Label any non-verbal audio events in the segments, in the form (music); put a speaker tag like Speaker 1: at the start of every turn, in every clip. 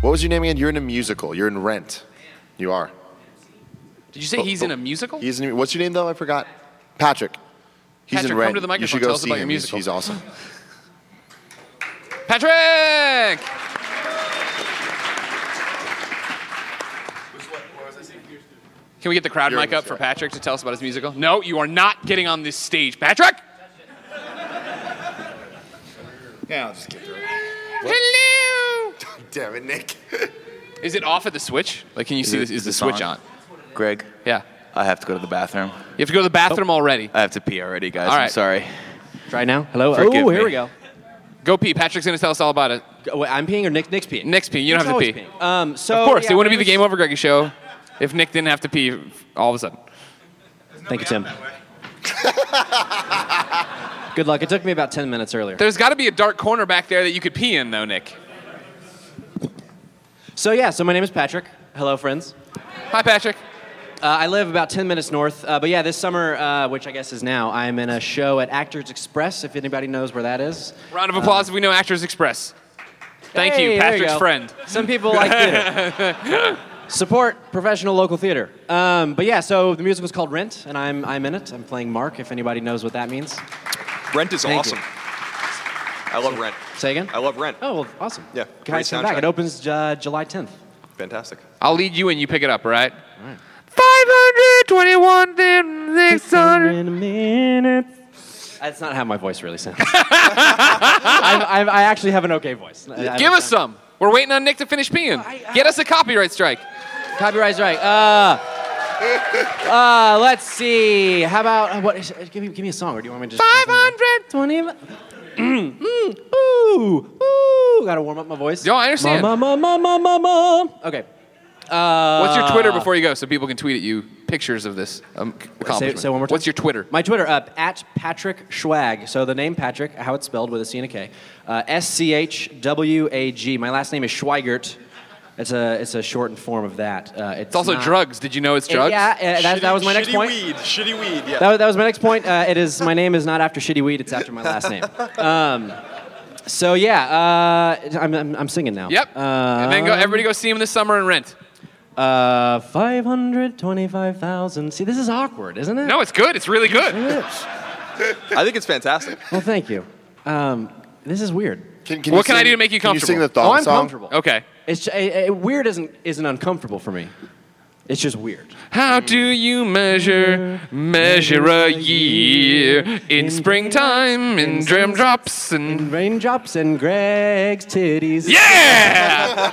Speaker 1: What was your name again? You're in a musical. You're in Rent. You are.
Speaker 2: Did you say he's in a musical?
Speaker 1: He's in, what's your name though? I forgot. Patrick. He's
Speaker 2: Patrick,
Speaker 1: in
Speaker 2: come
Speaker 1: Rent.
Speaker 2: to the microphone,
Speaker 1: You should go
Speaker 2: tell us
Speaker 1: see
Speaker 2: about your
Speaker 1: him. He's-
Speaker 2: musical.
Speaker 1: He's awesome. (laughs)
Speaker 2: Patrick! Can we get the crowd
Speaker 1: You're
Speaker 2: mic
Speaker 1: in
Speaker 2: up
Speaker 1: this
Speaker 2: for
Speaker 1: guy.
Speaker 2: Patrick to tell us about his musical? No, you are not getting on this stage. Patrick!
Speaker 1: Yeah, I'll just get through
Speaker 2: Hello!
Speaker 1: (laughs) Damn it, Nick.
Speaker 2: (laughs) Is it off at the switch? Like, can you see
Speaker 3: it-
Speaker 2: this? Is
Speaker 3: is
Speaker 2: the
Speaker 3: this
Speaker 2: switch on?
Speaker 3: on? Greg,
Speaker 2: Yeah.
Speaker 3: I have to go to the bathroom.
Speaker 2: You have to go to the bathroom already.
Speaker 3: I have to pee already, guys.
Speaker 2: All
Speaker 3: I'm
Speaker 2: right.
Speaker 3: sorry.
Speaker 4: Right now? Hello?
Speaker 3: Forgive
Speaker 4: oh, here
Speaker 3: me.
Speaker 4: we go.
Speaker 2: Go pee. Patrick's going to tell us all about it.
Speaker 4: Go- wait, I'm peeing or Nick, Nick's peeing?
Speaker 2: Nick's peeing. You don't
Speaker 4: Nick's
Speaker 2: have to
Speaker 4: always
Speaker 2: pee.
Speaker 4: peeing. Um, so,
Speaker 2: Of course,
Speaker 4: yeah,
Speaker 2: it wouldn't
Speaker 4: when
Speaker 2: be the
Speaker 4: I
Speaker 2: Game
Speaker 4: was-
Speaker 2: Over Greggy show if Nick didn't have to pee all of a sudden.
Speaker 4: Thank you, Tim. (laughs) Good luck. It took me about 10 minutes earlier.
Speaker 2: There's got to be a dark corner back there that you could pee in, though, Nick.
Speaker 4: So, yeah, so my name is Patrick. Hello, friends.
Speaker 2: Hi, Patrick.
Speaker 4: Uh, I live about 10 minutes north. Uh, but yeah, this summer, uh, which I guess is now, I'm in a show at Actors Express, if anybody knows where that is. Uh,
Speaker 2: Round of applause if we know Actors Express. Thank
Speaker 4: Hey, there
Speaker 2: you, Patrick's
Speaker 4: go.
Speaker 2: friend.
Speaker 4: Some people like theater. Support professional local theater. Um, but yeah, so the musical's called Rent, and I'm, I'm in it. I'm playing Mark, if anybody knows what that means.
Speaker 5: Rent is
Speaker 4: Thank
Speaker 5: awesome.
Speaker 4: you.
Speaker 5: I love Rent.
Speaker 4: Say again?
Speaker 5: I love Rent.
Speaker 4: Oh, well, awesome.
Speaker 5: Yeah, great
Speaker 4: Guys, come back.
Speaker 5: soundtrack.
Speaker 4: It opens uh, July 10th.
Speaker 5: Fantastic.
Speaker 2: I'll lead you and you pick it up, all right? 521,
Speaker 4: In a minute. That's not how my voice really sounds. I, I, I actually have an okay voice. I- I
Speaker 2: Give
Speaker 4: don't-
Speaker 2: us some. We're waiting on Nick to finish peeing.
Speaker 4: I-
Speaker 2: Get us a copyright strike.
Speaker 4: Copyright's right. Uh, (laughs) uh, let's see. How about what? is- uh, Give me, give me a song, or do you want me to just?
Speaker 2: 500.
Speaker 4: 520. (clears throat) mm, ooh, ooh. Gotta warm up my voice.
Speaker 2: Yo, I understand.
Speaker 4: Ma, ma, ma, ma, ma, ma. Okay. Uh,
Speaker 2: What's your Twitter before you go so people can tweet at you pictures of this um, accomplishment?
Speaker 4: say one more time.
Speaker 2: What's your Twitter?
Speaker 4: My Twitter uh, at Patrick Schwag. So the name Patrick, how it's spelled with a C and a K. Uh, S C H W A G. My last name is Schweigert. It's a it's a shortened form of that. Uh, it's,
Speaker 2: It's also
Speaker 4: not-
Speaker 2: drugs. Did you know it's
Speaker 4: It-
Speaker 2: drugs?
Speaker 4: yeah, uh, that, that was my next
Speaker 5: shitty
Speaker 4: point.
Speaker 5: weed. Shitty weed. Yeah.
Speaker 4: That, wa- that was my next point. Uh, it is my name is not after shitty weed. It's after my last name. Um, so yeah, uh, I'm, I'm I'm singing now. Um,
Speaker 2: Yep. and then go, everybody go see him this summer and rent.
Speaker 4: Uh, five hundred twenty-five thousand. See, this is awkward, isn't it?
Speaker 2: No, it's good. It's really good.
Speaker 5: (laughs) I think it's fantastic.
Speaker 4: Well, thank you. Um, this is weird.
Speaker 1: Can, can
Speaker 2: What
Speaker 1: you
Speaker 2: can I
Speaker 1: sing-
Speaker 2: do to make you
Speaker 1: Can you sing the
Speaker 2: comfortable?
Speaker 1: thong
Speaker 4: oh, I'm
Speaker 1: song?
Speaker 4: comfortable.
Speaker 2: Okay.
Speaker 4: It's ju- eh, eh, weird isn't isn't uncomfortable for me. It's just weird.
Speaker 2: How do you measure measure a year in springtime in drum drops and
Speaker 4: Raindrops and Greg's titties.
Speaker 2: yeah?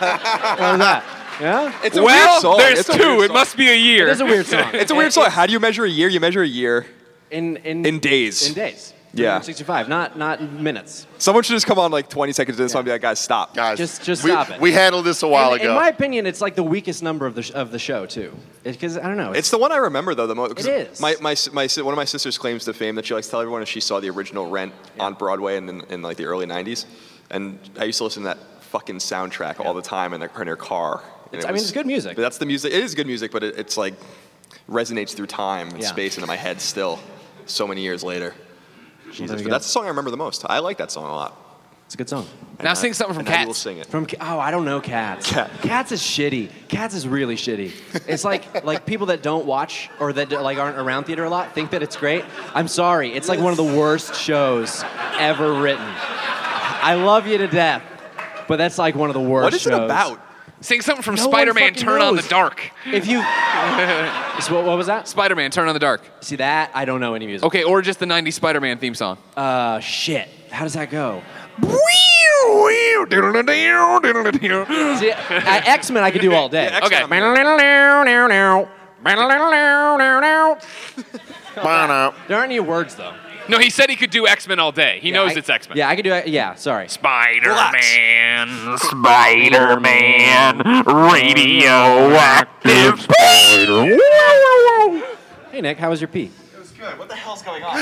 Speaker 4: How's that? Yeah.
Speaker 5: It's a weird
Speaker 2: Well,
Speaker 5: song.
Speaker 2: there's
Speaker 5: It's a
Speaker 2: two.
Speaker 5: weird
Speaker 2: It
Speaker 5: song.
Speaker 2: must be a year.
Speaker 4: It's a weird song.
Speaker 5: (laughs) It's a weird song. How do you measure a year? You measure a year.
Speaker 4: in in
Speaker 5: In days.
Speaker 4: In days.
Speaker 5: Yeah.
Speaker 4: 65. Not not in minutes.
Speaker 5: Someone should just come on like 20 seconds in and be like, guys, stop.
Speaker 1: Guys,
Speaker 4: Just- just
Speaker 1: we,
Speaker 4: stop it.
Speaker 1: We handled this a while
Speaker 4: in,
Speaker 1: ago.
Speaker 4: in my opinion, it's like the weakest number of the sh- of the show too. Because I don't know.
Speaker 5: It's the one I remember though the most.
Speaker 4: It is.
Speaker 5: My, my, si- my, si- one of my sister's claims to fame that she likes to tell everyone is she saw the original Rent on Broadway in, in, in like the early 90s, and I used to listen to that fucking soundtrack all the time in, the, in her car. And
Speaker 4: It's-
Speaker 5: it
Speaker 4: I mean, it's good music.
Speaker 5: But that's the music. It is good music, but it, it's like resonates through time and
Speaker 4: Yeah.
Speaker 5: space into my head still, so many years later. Jesus,
Speaker 4: you
Speaker 5: but
Speaker 4: go.
Speaker 5: that's the song I remember the most. I like that song a lot.
Speaker 4: it's a good song.
Speaker 2: Now sing something from
Speaker 5: And I will
Speaker 2: Cats.
Speaker 5: sing it.
Speaker 4: From Ca- oh, I don't know cats.
Speaker 5: Cat.
Speaker 4: Cats is shitty. Cats is really shitty. It's
Speaker 5: (laughs)
Speaker 4: like like people that don't watch or that like aren't around theater a lot think that it's great. I'm sorry. It's like one of the worst shows ever written. I love you to death, but that's like one of the worst.
Speaker 5: What is it
Speaker 4: shows.
Speaker 5: about?
Speaker 2: Sing something from
Speaker 4: No one
Speaker 2: Spider Man
Speaker 4: fucking
Speaker 2: Turn on the
Speaker 4: knows.
Speaker 2: Dark.
Speaker 4: If
Speaker 2: (laughs)
Speaker 4: you, So what, what was that?
Speaker 2: Spider Man Turn on the Dark.
Speaker 4: See that? I don't know any music.
Speaker 2: Okay, or just the 90s Spider Man theme song.
Speaker 4: Uh, shit. How does that go?
Speaker 2: Okay.
Speaker 4: See, X Men I could do all day. There aren't any words though.
Speaker 2: No, he said he could do X Men all day. He knows
Speaker 4: I-
Speaker 2: it's X Men.
Speaker 4: Yeah, I could do. Yeah, sorry.
Speaker 2: Spider Man.
Speaker 6: Spider Man radioactive spider.
Speaker 4: Hey Nick, how was your pee?
Speaker 5: It was good. What the hell's going on?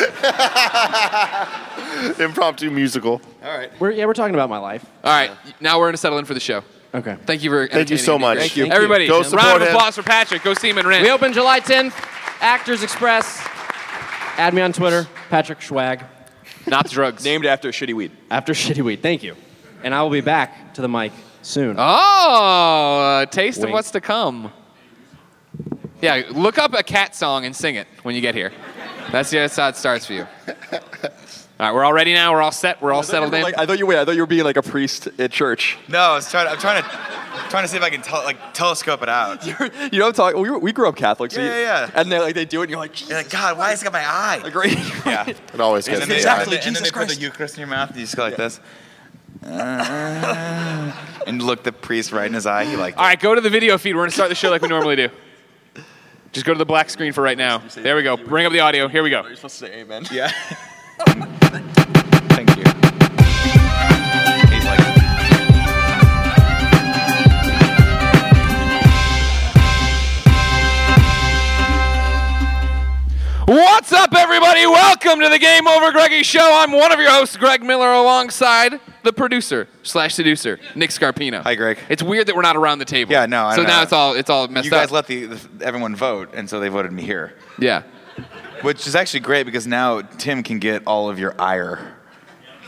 Speaker 1: Impromptu musical.
Speaker 5: All right.
Speaker 4: We're, yeah, we're talking about my life.
Speaker 2: All right, now we're going to settle in for the show.
Speaker 4: Okay.
Speaker 2: Thank you for
Speaker 1: Thank you so
Speaker 2: entertaining me.
Speaker 1: much.
Speaker 4: Thank you.
Speaker 2: Everybody,
Speaker 1: Go
Speaker 2: round
Speaker 1: support
Speaker 2: of
Speaker 1: him.
Speaker 2: applause for Patrick. Go see him in Rent.
Speaker 4: We open July 10th. Actors Express. Add me on Twitter, Patrick Schwag.
Speaker 2: Not drugs.
Speaker 5: Named after shitty weed.
Speaker 4: After (laughs) Shitty Weed. Thank you. And I will be back to the mic soon.
Speaker 2: Oh, a taste of
Speaker 4: Wink.
Speaker 2: what's to come. Yeah, look up a cat song and sing it when you get here. That's, the that's how it starts for
Speaker 5: (laughs)
Speaker 2: you. All right, we're all ready now. We're all set. We're all settled in.
Speaker 5: Like, I thought you wait. I thought you were being like a priest at church.
Speaker 7: No, I was trying. I'm trying to trying to see if I can tel- like telescope it
Speaker 2: (laughs)
Speaker 7: out.
Speaker 5: you know what I'm talking. We, were- we grew up Catholic. so
Speaker 7: Yeah,
Speaker 5: you-
Speaker 7: yeah, yeah.
Speaker 5: And they like they do it, and you're like, Jesus.
Speaker 7: You're like, God, why has it got my eye?
Speaker 5: like, right?
Speaker 7: (laughs) yeah.
Speaker 1: It always gets
Speaker 7: And
Speaker 1: me.
Speaker 7: then,
Speaker 5: Exactly,
Speaker 7: they, and then
Speaker 5: Jesus
Speaker 7: they put the
Speaker 5: Christ.
Speaker 7: Eucharist in your mouth. And you just go like this, Uh, and look the priest right in his eye. He liked it.
Speaker 2: All right, go to the video feed. We're going to start the show like we normally
Speaker 5: (laughs)
Speaker 2: do. Just go to the black screen for right now. There we go. Bring up the audio. Here we go.
Speaker 5: Oh, You're supposed to say amen. (laughs)
Speaker 7: Yeah. Thank you. He's like.
Speaker 2: What's up, everybody? Welcome to the Game Over Greggy Show. I'm one of your hosts, Greg Miller, alongside the producer slash seducer, Nick Scarpino.
Speaker 7: Hi, Greg.
Speaker 2: It's weird that we're not around the table.
Speaker 7: Yeah, no, I
Speaker 2: So
Speaker 7: know.
Speaker 2: now it's all it's all Oh, messed
Speaker 7: You guys
Speaker 2: up.
Speaker 7: let the, the everyone vote, and so they voted me here,
Speaker 2: yeah.
Speaker 7: which is actually great because now Tim can get all of your ire.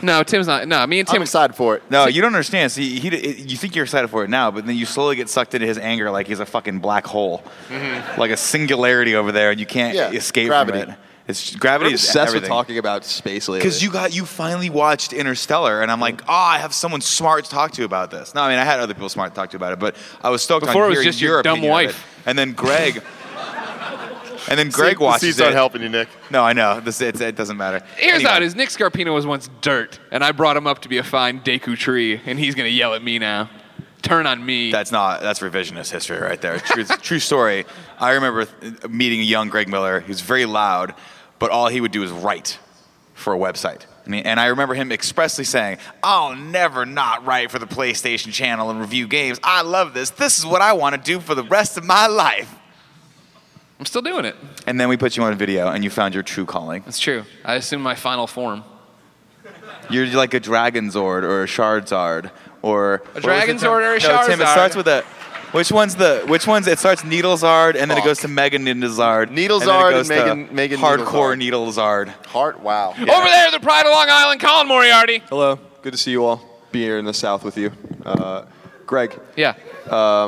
Speaker 2: No, Tim's not. No, me and
Speaker 1: I'm
Speaker 2: Tim.
Speaker 1: excited for it.
Speaker 7: No, you don't understand. See, he, you think you're excited for it now, but then you slowly get sucked into his anger like he's a fucking black hole, like a singularity over there, and you can't
Speaker 1: Yeah,
Speaker 7: escape
Speaker 1: gravity.
Speaker 7: from it. It's
Speaker 5: I'm
Speaker 7: gravity is
Speaker 5: obsessed with
Speaker 7: everything.
Speaker 5: talking about space lately.
Speaker 7: Because you got you finally watched Interstellar, and I'm like, oh, I have someone smart to talk to about this. No, I mean I had other people smart to talk to about it, but I was stoked
Speaker 2: Before it
Speaker 7: on
Speaker 2: was
Speaker 7: hearing
Speaker 2: just
Speaker 7: your,
Speaker 2: your dumb
Speaker 7: opinion of it.
Speaker 2: wife.
Speaker 7: And then Greg, and then
Speaker 1: See,
Speaker 7: Greg
Speaker 1: the
Speaker 7: watches
Speaker 1: seat's
Speaker 7: it.
Speaker 1: not helping you, Nick.
Speaker 7: No, I know this it, it doesn't matter.
Speaker 2: Here's
Speaker 7: Anyway.
Speaker 2: how it is. Nick Scarpino was once dirt, and I brought him up to be a fine Deku tree, and he's gonna yell at me now. Turn on me.
Speaker 7: That's not that's revisionist history right there. True, true story. I remember th- meeting a young Greg Miller. He was very loud, but all he would do is write for a website. I mean, and I remember him expressly saying, "I'll never not write for the PlayStation Channel and review games. I love this. This is what I want to do for the rest of my life."
Speaker 2: I'm still doing it.
Speaker 7: And then we put you on video, and you found your true calling.
Speaker 2: That's true. I assume my final form.
Speaker 7: You're like a Dragon Zord or a Shard Zard or what was the
Speaker 2: Dragon
Speaker 7: term?
Speaker 2: Zord or a
Speaker 7: no,
Speaker 2: Charizard.
Speaker 7: Tim, it starts with a. Which one's the? Which one's? It starts Needle Zard and then it goes to Mega Ninja Zard.
Speaker 1: Needle
Speaker 7: and then it
Speaker 1: Zard
Speaker 7: goes
Speaker 1: and
Speaker 7: to
Speaker 1: Megan- Megan Needle
Speaker 7: Hardcore
Speaker 1: Zard.
Speaker 7: Needle Zard.
Speaker 1: Heart, wow.
Speaker 2: Over there, the pride of Long Island, Colin Moriarty.
Speaker 5: Hello. Good to see you all. Be here in the South with you. Uh, Greg, Um,
Speaker 2: Yeah.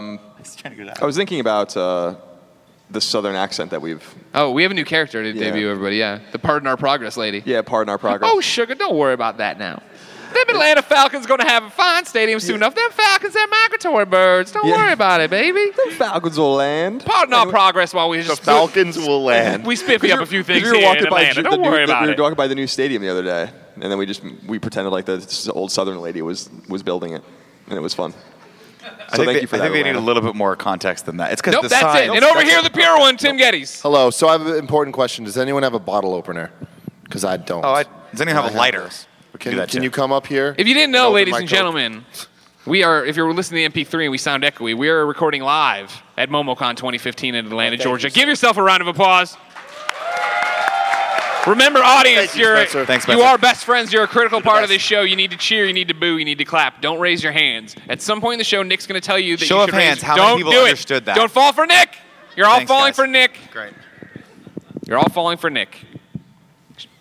Speaker 5: I was thinking about uh, the Southern accent that we've
Speaker 2: Oh, we have a new character to
Speaker 5: Yeah.
Speaker 2: debut, everybody. Yeah. The Pardon Our Progress lady.
Speaker 5: yeah, pardon our progress.
Speaker 2: Oh, sugar, don't worry about that now. Them Atlanta Falcons going to have a fine stadium soon enough. Them Falcons, they're migratory birds. Don't
Speaker 5: Yeah.
Speaker 2: worry about it, baby.
Speaker 5: Falcons will land.
Speaker 2: Pardon our progress while we
Speaker 1: The
Speaker 2: just
Speaker 1: Falcons will land.
Speaker 2: we spiffy up a few things
Speaker 5: we were
Speaker 2: here in
Speaker 5: walking by
Speaker 2: Atlanta.
Speaker 5: ju- the
Speaker 2: Don't
Speaker 5: new-
Speaker 2: worry
Speaker 5: the-
Speaker 2: about
Speaker 5: we were
Speaker 2: it.
Speaker 5: walking by the new stadium the other day, and then we just we pretended like the s- old Southern lady was was building it, and it was fun.
Speaker 7: I
Speaker 5: So
Speaker 7: think
Speaker 5: thank
Speaker 7: they,
Speaker 5: you for
Speaker 7: I
Speaker 5: that.
Speaker 7: think they need a
Speaker 5: Atlanta.
Speaker 7: little bit more context than that. It's because
Speaker 2: Nope,
Speaker 7: the
Speaker 2: that's
Speaker 7: sign.
Speaker 2: it. And over here, the pure one, Tim Geddes.
Speaker 1: Hello. So I have an important question. Does anyone have a bottle opener? Because I don't.
Speaker 7: Oh, I, does anyone have a lighter?
Speaker 1: Can,
Speaker 7: Do that
Speaker 1: can
Speaker 7: too.
Speaker 1: you come up here?
Speaker 2: If you didn't know,
Speaker 1: open
Speaker 2: ladies
Speaker 1: my
Speaker 2: and
Speaker 1: Coke.
Speaker 2: gentlemen, we are, if you're listening to MP3 and we sound echoey, we are recording live at MomoCon 2015 in Atlanta, Georgia. Give yourself a round of applause. Remember, audience,
Speaker 1: Thank you,
Speaker 2: you, are
Speaker 1: Spencer.
Speaker 7: Thanks,
Speaker 2: you
Speaker 7: Spencer.
Speaker 2: are best friends. You're a critical part of this show. You need to cheer. You need to boo. You need to clap. Don't raise your hands. At some point in the show, Nick's going to tell you that
Speaker 7: Show
Speaker 2: you
Speaker 7: of
Speaker 2: should raise-
Speaker 7: hands, how many
Speaker 2: Don't
Speaker 7: people
Speaker 2: do it.
Speaker 7: understood that?
Speaker 2: Don't fall for Nick. You're all
Speaker 7: Thanks,
Speaker 2: falling
Speaker 7: guys.
Speaker 2: for Nick.
Speaker 7: Great.
Speaker 2: You're all falling for Nick.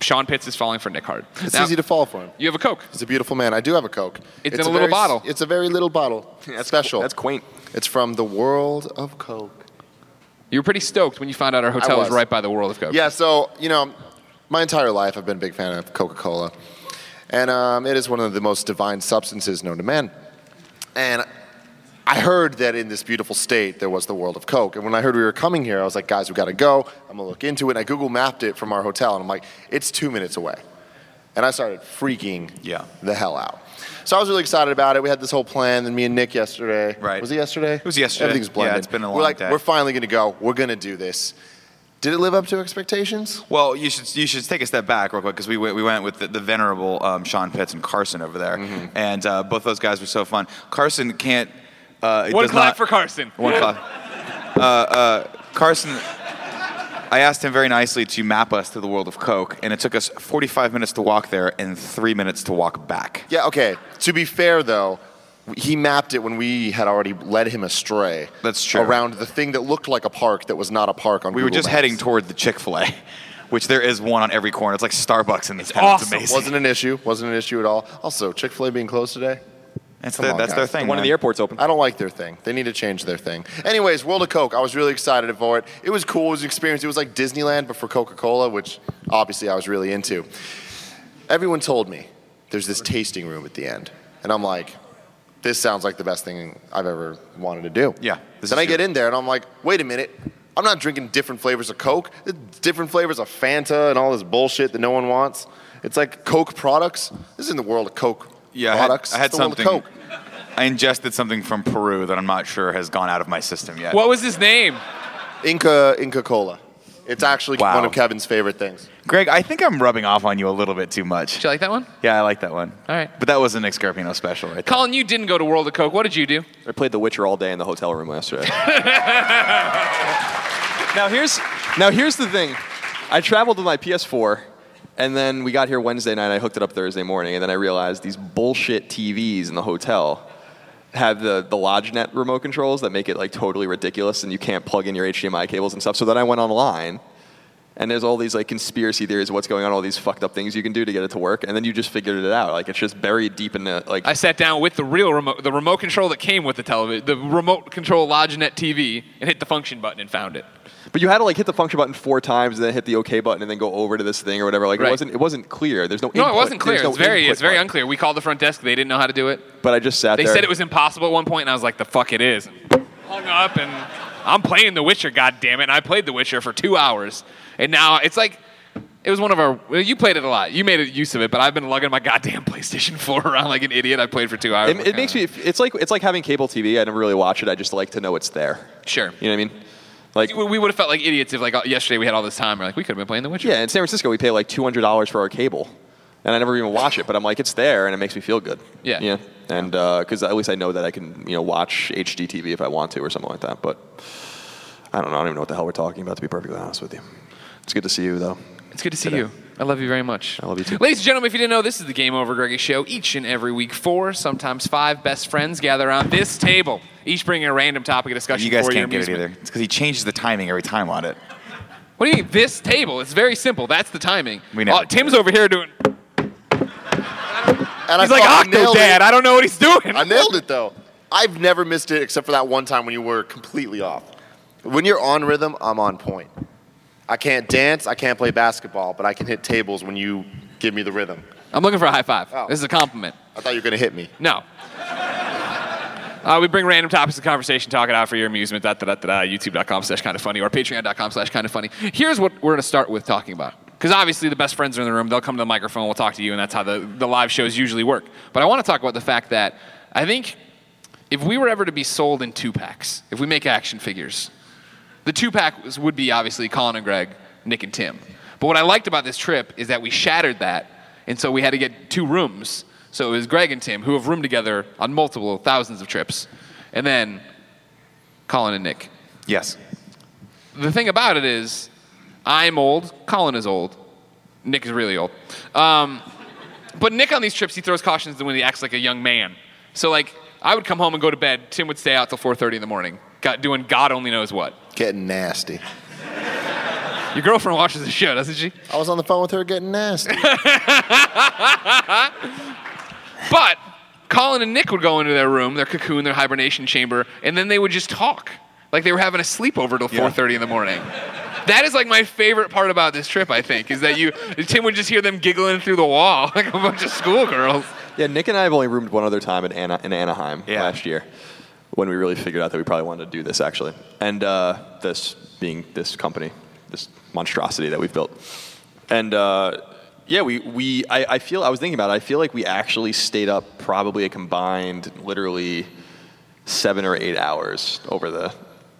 Speaker 2: Sean Pitts is falling for Nick hard.
Speaker 1: It's
Speaker 2: Now,
Speaker 1: easy to fall for him.
Speaker 2: you have a Coke.
Speaker 1: He's a beautiful man. I do have a Coke.
Speaker 2: It's in a little
Speaker 1: very,
Speaker 2: bottle.
Speaker 1: It's a very little
Speaker 2: (laughs)
Speaker 1: bottle. That's special.
Speaker 5: That's quaint.
Speaker 1: It's from the world of Coke.
Speaker 2: You were pretty stoked when you found out our hotel was.
Speaker 1: was.
Speaker 2: right by the World of Coke.
Speaker 1: Yeah, so, you know, my entire life I've been a big fan of Coca Cola. and um, it is one of the most divine substances known to man. And I heard that in this beautiful state there was the world of Coke. And when I heard we were coming here, I was like, guys, we gotta go. I'm gonna look into it. And I Google mapped it from our hotel, and I'm like, it's two minutes away. And I started freaking
Speaker 7: Yeah.
Speaker 1: the hell out. So I was really excited about it. We had this whole plan. And me and Nick yesterday,
Speaker 7: Right.
Speaker 1: Was it yesterday?
Speaker 7: It was yesterday.
Speaker 1: Everything's
Speaker 7: Yeah,
Speaker 1: blended.
Speaker 7: it's been a
Speaker 1: We're
Speaker 7: long
Speaker 1: like,
Speaker 7: day.
Speaker 1: we're finally gonna go. We're gonna do this. Did it live up to expectations?
Speaker 7: Well, you should you should take a step back real quick because we went, we went with the, the venerable um, Sean Pitts and Carson over there,
Speaker 2: Mm-hmm.
Speaker 7: and uh, both those guys were so fun. Carson can't. Uh,
Speaker 2: One
Speaker 7: does
Speaker 2: clap
Speaker 7: not-
Speaker 2: for Carson.
Speaker 7: One clap. Uh, uh, Carson, I asked him very nicely to map us to the world of Coke, and it took us 45 minutes to walk there and three minutes to walk back.
Speaker 1: Yeah, okay. To be fair, though, he mapped it when we had already led him astray.
Speaker 7: That's true.
Speaker 1: Around the thing that looked like a park that was not a park on
Speaker 7: We were
Speaker 1: Google
Speaker 7: just
Speaker 1: Maps.
Speaker 7: heading toward the Chick Fil A, which there is one on every corner. It's like Starbucks in this town.
Speaker 2: awesome.
Speaker 7: It's amazing.
Speaker 1: Wasn't an issue. Wasn't an issue at all. Also, Chick fil A being closed today?
Speaker 7: That's,
Speaker 1: Come
Speaker 7: their,
Speaker 1: on,
Speaker 7: that's their
Speaker 1: guys.
Speaker 7: thing.
Speaker 5: One of
Speaker 7: man.
Speaker 5: the airports open.
Speaker 1: I don't like their thing. They need to change their thing. Anyways, World of Coke. I was really excited for it. It was cool. It was an experience. It was like Disneyland, but for Coca Cola, which obviously I was really into. Everyone told me there's this tasting room at the end. And I'm like, this sounds like the best thing I've ever wanted to do.
Speaker 7: Yeah, this
Speaker 1: Then
Speaker 7: is
Speaker 1: I get
Speaker 7: true.
Speaker 1: in there and I'm like, wait a minute. I'm not drinking different flavors of Coke, It's different flavors of Fanta and all this bullshit that no one wants. It's like Coke products. This is in the world of Coke
Speaker 7: yeah, I had-
Speaker 1: products.
Speaker 7: I had,
Speaker 1: It's the world of
Speaker 7: something.
Speaker 1: Coke.
Speaker 7: I ingested something from Peru that I'm not sure has gone out of my system yet.
Speaker 2: What was his name?
Speaker 1: Inca Inca Cola. It's actually
Speaker 7: Wow.
Speaker 1: one of Kevin's favorite things.
Speaker 7: Greg, I think I'm rubbing off on you a little bit too much.
Speaker 2: Did you like that one?
Speaker 7: Yeah, I like that one.
Speaker 2: All right.
Speaker 7: But that was an Escarpino special right there.
Speaker 2: (laughs) Colin, you didn't go to World of Coke. What did you do?
Speaker 5: I played The Witcher all day in the hotel room yesterday. now here's now here's the thing. I traveled with my PS4, and then we got here Wednesday night. I hooked it up Thursday morning, and then I realized these bullshit TVs in the hotel have the the LodgeNet remote controls that make it like totally ridiculous, and you can't plug in your HDMI cables and stuff. So then I went online. And there's all these like conspiracy theories of what's going on, all these fucked up things you can do to get it to work, and then you just figured it out. Like it's just buried deep in the like.
Speaker 2: I sat down with the real remote, the remote control that came with the television, the remote control Logitech TV, and hit the function button and found it.
Speaker 5: But you had to like hit the function button four times, and then hit the OK button, and then go over to this thing or whatever. Like
Speaker 2: Right.
Speaker 5: it wasn't it wasn't clear. There's no
Speaker 2: No,
Speaker 5: input.
Speaker 2: it wasn't clear.
Speaker 5: There's no
Speaker 2: it's very,
Speaker 5: input
Speaker 2: it's very
Speaker 5: button.
Speaker 2: unclear. We called the front desk. They didn't know how to do it.
Speaker 5: But I just sat
Speaker 2: They
Speaker 5: there.
Speaker 2: said it was impossible at one point, and I was like, "The fuck it is." Hung up, and I'm playing The Witcher. God damn it! And I played The Witcher for two hours, and now it's like it was one of our. well, You played it a lot. You made use of it, but I've been lugging my goddamn (laughs) PlayStation 4 around like an idiot. I played for two hours.
Speaker 5: It, it makes me. It's like it's like having cable TV. I never really watch it. I just like to know it's there.
Speaker 2: sure.
Speaker 5: You know what I mean? Like
Speaker 2: We- We would have felt like idiots if like uh, yesterday we had all this time. We're like, we could have been playing The Witcher.
Speaker 5: yeah, in San Francisco we pay like two hundred dollars for our cable, and I never even watch it. But I'm like it's there, and it makes me feel good.
Speaker 2: Yeah.
Speaker 5: Yeah. And because at least I know that I can you know watch HD TV if I want to or something like that. But I don't know. I don't even know what the hell we're talking about. To be perfectly honest with you, it's good to see you though.
Speaker 2: It's good to see you. I love you very much.
Speaker 5: I love you too.
Speaker 2: Ladies and gentlemen, if you didn't know, this is the Game Over Greggy Show. Each and every week, four, sometimes five best friends gather around this table, each bringing a random topic of discussion.
Speaker 7: You guys
Speaker 2: for your
Speaker 7: can't get it
Speaker 2: amusement.
Speaker 7: either. It's because he changes the timing every time on it.
Speaker 2: What do you mean, this table? It's very simple. That's the timing.
Speaker 7: We never
Speaker 2: Oh,
Speaker 7: did
Speaker 2: Tim's
Speaker 7: it.
Speaker 2: over here doing.
Speaker 1: And
Speaker 2: He's
Speaker 1: I
Speaker 2: like
Speaker 1: fucking nailed
Speaker 2: Octodad.
Speaker 1: It.
Speaker 2: I don't know what he's doing.
Speaker 1: I nailed it though. I've never missed it except for that one time when you were completely off. When you're on rhythm, I'm on point. I can't dance, I can't play basketball, but I can hit tables when you give me the rhythm.
Speaker 2: I'm looking for a high five.
Speaker 1: Oh.
Speaker 2: This is a compliment.
Speaker 1: I thought you were gonna hit me.
Speaker 2: No. Uh, we bring random topics of conversation, talk it out for your amusement. Da, da, da, da, da, YouTube.com slash kind of funny or patreon.com slash kind of funny. Here's what we're going to start with talking about. Because obviously, the best friends are in the room. They'll come to the microphone, we'll talk to you, and that's how the, the live shows usually work. But I want to talk about the fact that I think if we were ever to be sold in two packs, if we make action figures, the two pack was- would be obviously Colin and Greg, Nick and Tim. But what I liked about this trip is that we shattered that, and so we had to get two rooms. So it was Greg and Tim who have roomed together on multiple thousands of trips, and then Colin and Nick.
Speaker 7: Yes.
Speaker 2: The thing about it is, I'm old. Colin is old. Nick is really old. Um, but Nick on these trips, he throws cautions to the wind. He acts like a young man. So like, I would come home and go to bed. Tim would stay out till 4:30 in the morning, got, doing God only knows what.
Speaker 1: Getting nasty.
Speaker 2: Your girlfriend watches the show, doesn't she? (laughs)
Speaker 1: I was on the phone with her getting nasty.
Speaker 2: But Colin and Nick would go into their room, their cocoon, their hibernation chamber, and then they would just talk. Like they were having a sleepover till 4:30 in the morning. That is like my favorite part about this trip. I think is that you Tim would just hear them giggling through the wall (laughs) (laughs) like a bunch of schoolgirls.
Speaker 5: Yeah, Nick and I have only roomed one other time in, Ana- in Anaheim
Speaker 7: Yeah.
Speaker 5: last year when we really figured out that we probably wanted to do this actually, and uh, this being this company, this monstrosity that we've built, and uh, yeah, we we I, I feel I was thinking about it. I feel like we actually stayed up probably a combined literally seven or eight hours over the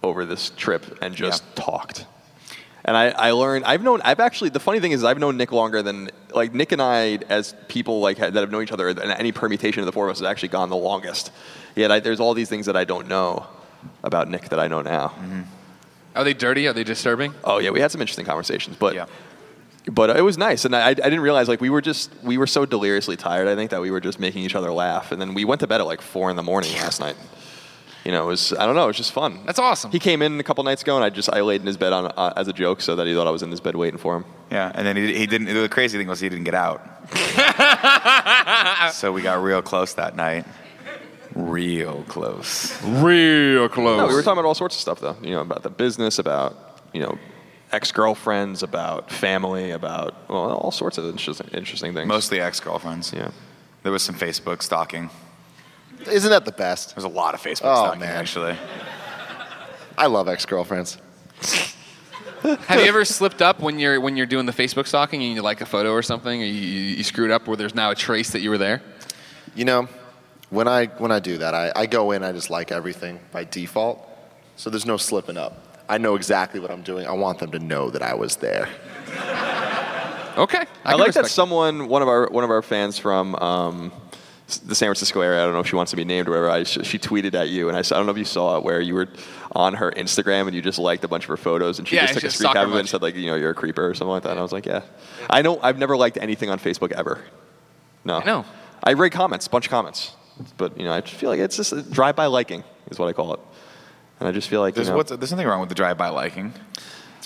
Speaker 5: over this trip and just talked. And I, I learned I've known I've actually the funny thing is I've known Nick longer than like Nick and I as people like that have known each other and any permutation of the four of us has actually gone the longest. Yet I, there's all these things that I don't know about Nick that I know now.
Speaker 2: Mm-hmm. Are they dirty? Are they disturbing?
Speaker 5: Oh yeah, we had some interesting conversations, but
Speaker 7: Yeah.
Speaker 5: but it was nice, and I, I didn't realize like we were just we were so deliriously tired. I think that we were just making each other laugh, and then we went to bed at like four in the morning last night. You know, it was I don't know, it was just fun.
Speaker 2: That's awesome.
Speaker 5: He came in a couple nights ago, and I just I laid in his bed on uh, as a joke, so that he thought I was in his bed waiting for him.
Speaker 7: Yeah, and then he, he didn't. The crazy thing was he didn't
Speaker 2: (laughs)
Speaker 7: get out. so we got real close that night. Real close.
Speaker 2: Real close.
Speaker 5: No, we were talking about all sorts of stuff though. You know, about the business, about you know, ex girlfriends, about family, about well, all sorts of interesting interesting things.
Speaker 7: Mostly ex-girlfriends.
Speaker 5: yeah.
Speaker 7: There was some Facebook stalking. There
Speaker 1: Isn't that the best?
Speaker 7: was a lot of Facebook
Speaker 1: Oh,
Speaker 7: stalking
Speaker 1: man.
Speaker 7: actually.
Speaker 1: I love ex-girlfriends.
Speaker 2: Have you ever slipped up when you're when you're doing the Facebook stalking and you like a photo or something, or you, you you screwed up where there's now a trace that you were there?
Speaker 1: You know, when I when I do that, I, I go in, I just like everything by default. So there's no slipping up. I know exactly what I'm doing. I want them to know that I was there.
Speaker 2: Okay, I, can
Speaker 5: I, like that
Speaker 2: respect
Speaker 5: someone, one of our one of our fans from um, s- the San Francisco area. I don't know if she wants to be named or whatever. I, she, she tweeted at you, and I, s- I don't know if you saw it where you were on her Instagram and you just liked a bunch of her photos, and she
Speaker 2: Yeah,
Speaker 5: just
Speaker 2: it's
Speaker 5: took a
Speaker 2: just
Speaker 5: screenshot
Speaker 2: soccer
Speaker 5: of it and
Speaker 2: much.
Speaker 5: said like, you know, you're a creeper or something like that. And I was like, yeah. I know. I've never liked anything on Facebook ever. No.
Speaker 2: I know.
Speaker 5: I read comments, bunch of comments, but you know, I just feel like it's just a drive-by liking is what I call it. And I just feel like you
Speaker 7: There's
Speaker 5: know,
Speaker 7: what's, there's nothing wrong with the drive-by liking.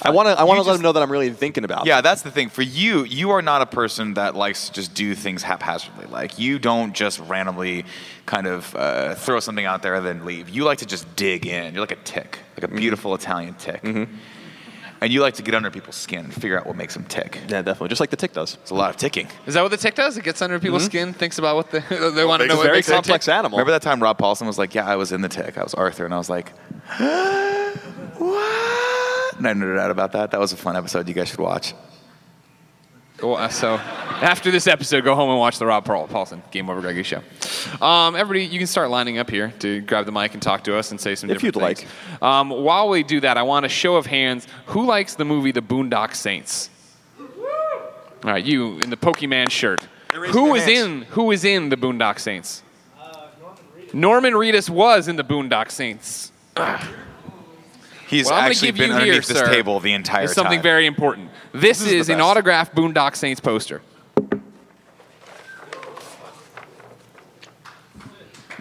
Speaker 5: I want to I want to let
Speaker 7: just-
Speaker 5: them know that I'm really thinking about.
Speaker 7: Yeah, that's the thing. For you, you are not a person that likes to just do things haphazardly. Like you don't just randomly kind of uh, throw something out there and then leave. You like to just dig in. You're like a tick, like
Speaker 5: Mm-hmm.
Speaker 7: a beautiful Italian tick. And you like to get under people's skin and figure out what makes them tick.
Speaker 5: Yeah, definitely. Just like the tick does.
Speaker 7: It's a lot of ticking.
Speaker 2: that. Is that what the tick does? It gets under people's skin, thinks about what they, (laughs) they want to
Speaker 1: makes
Speaker 2: know.
Speaker 1: a
Speaker 2: What
Speaker 5: Very
Speaker 2: makes them
Speaker 5: complex
Speaker 2: tick.
Speaker 5: animal.
Speaker 7: Remember that time Rob Paulson was like, "Yeah, I was in the tick. I was Arthur," and I was like, (gasps) "What?" And I nerded out about that. That was a fun episode. You guys should watch.
Speaker 2: Well, uh, so after this episode, go home and watch the Rob Paul- Paulson Game Over Greggy show. Um, everybody, you can start lining up here to grab the mic and talk to us and say some
Speaker 5: If
Speaker 2: different
Speaker 5: you'd
Speaker 2: things. Um, while we do that, I want a show of hands. Who likes the movie The Boondock Saints? All right, you in the Pokemon shirt. Who is in? Who is in the Boondock Saints? Uh, Norman Reedus was in the Boondock Saints.
Speaker 7: He's
Speaker 2: Well, I'm going to
Speaker 7: actually
Speaker 2: give
Speaker 7: been
Speaker 2: you
Speaker 7: underneath
Speaker 2: here,
Speaker 7: this
Speaker 2: sir,
Speaker 7: table the entire
Speaker 2: is something
Speaker 7: time.
Speaker 2: very important. This,
Speaker 7: is
Speaker 2: is,
Speaker 7: the
Speaker 2: an
Speaker 7: best.
Speaker 2: autographed Boondock Saints poster.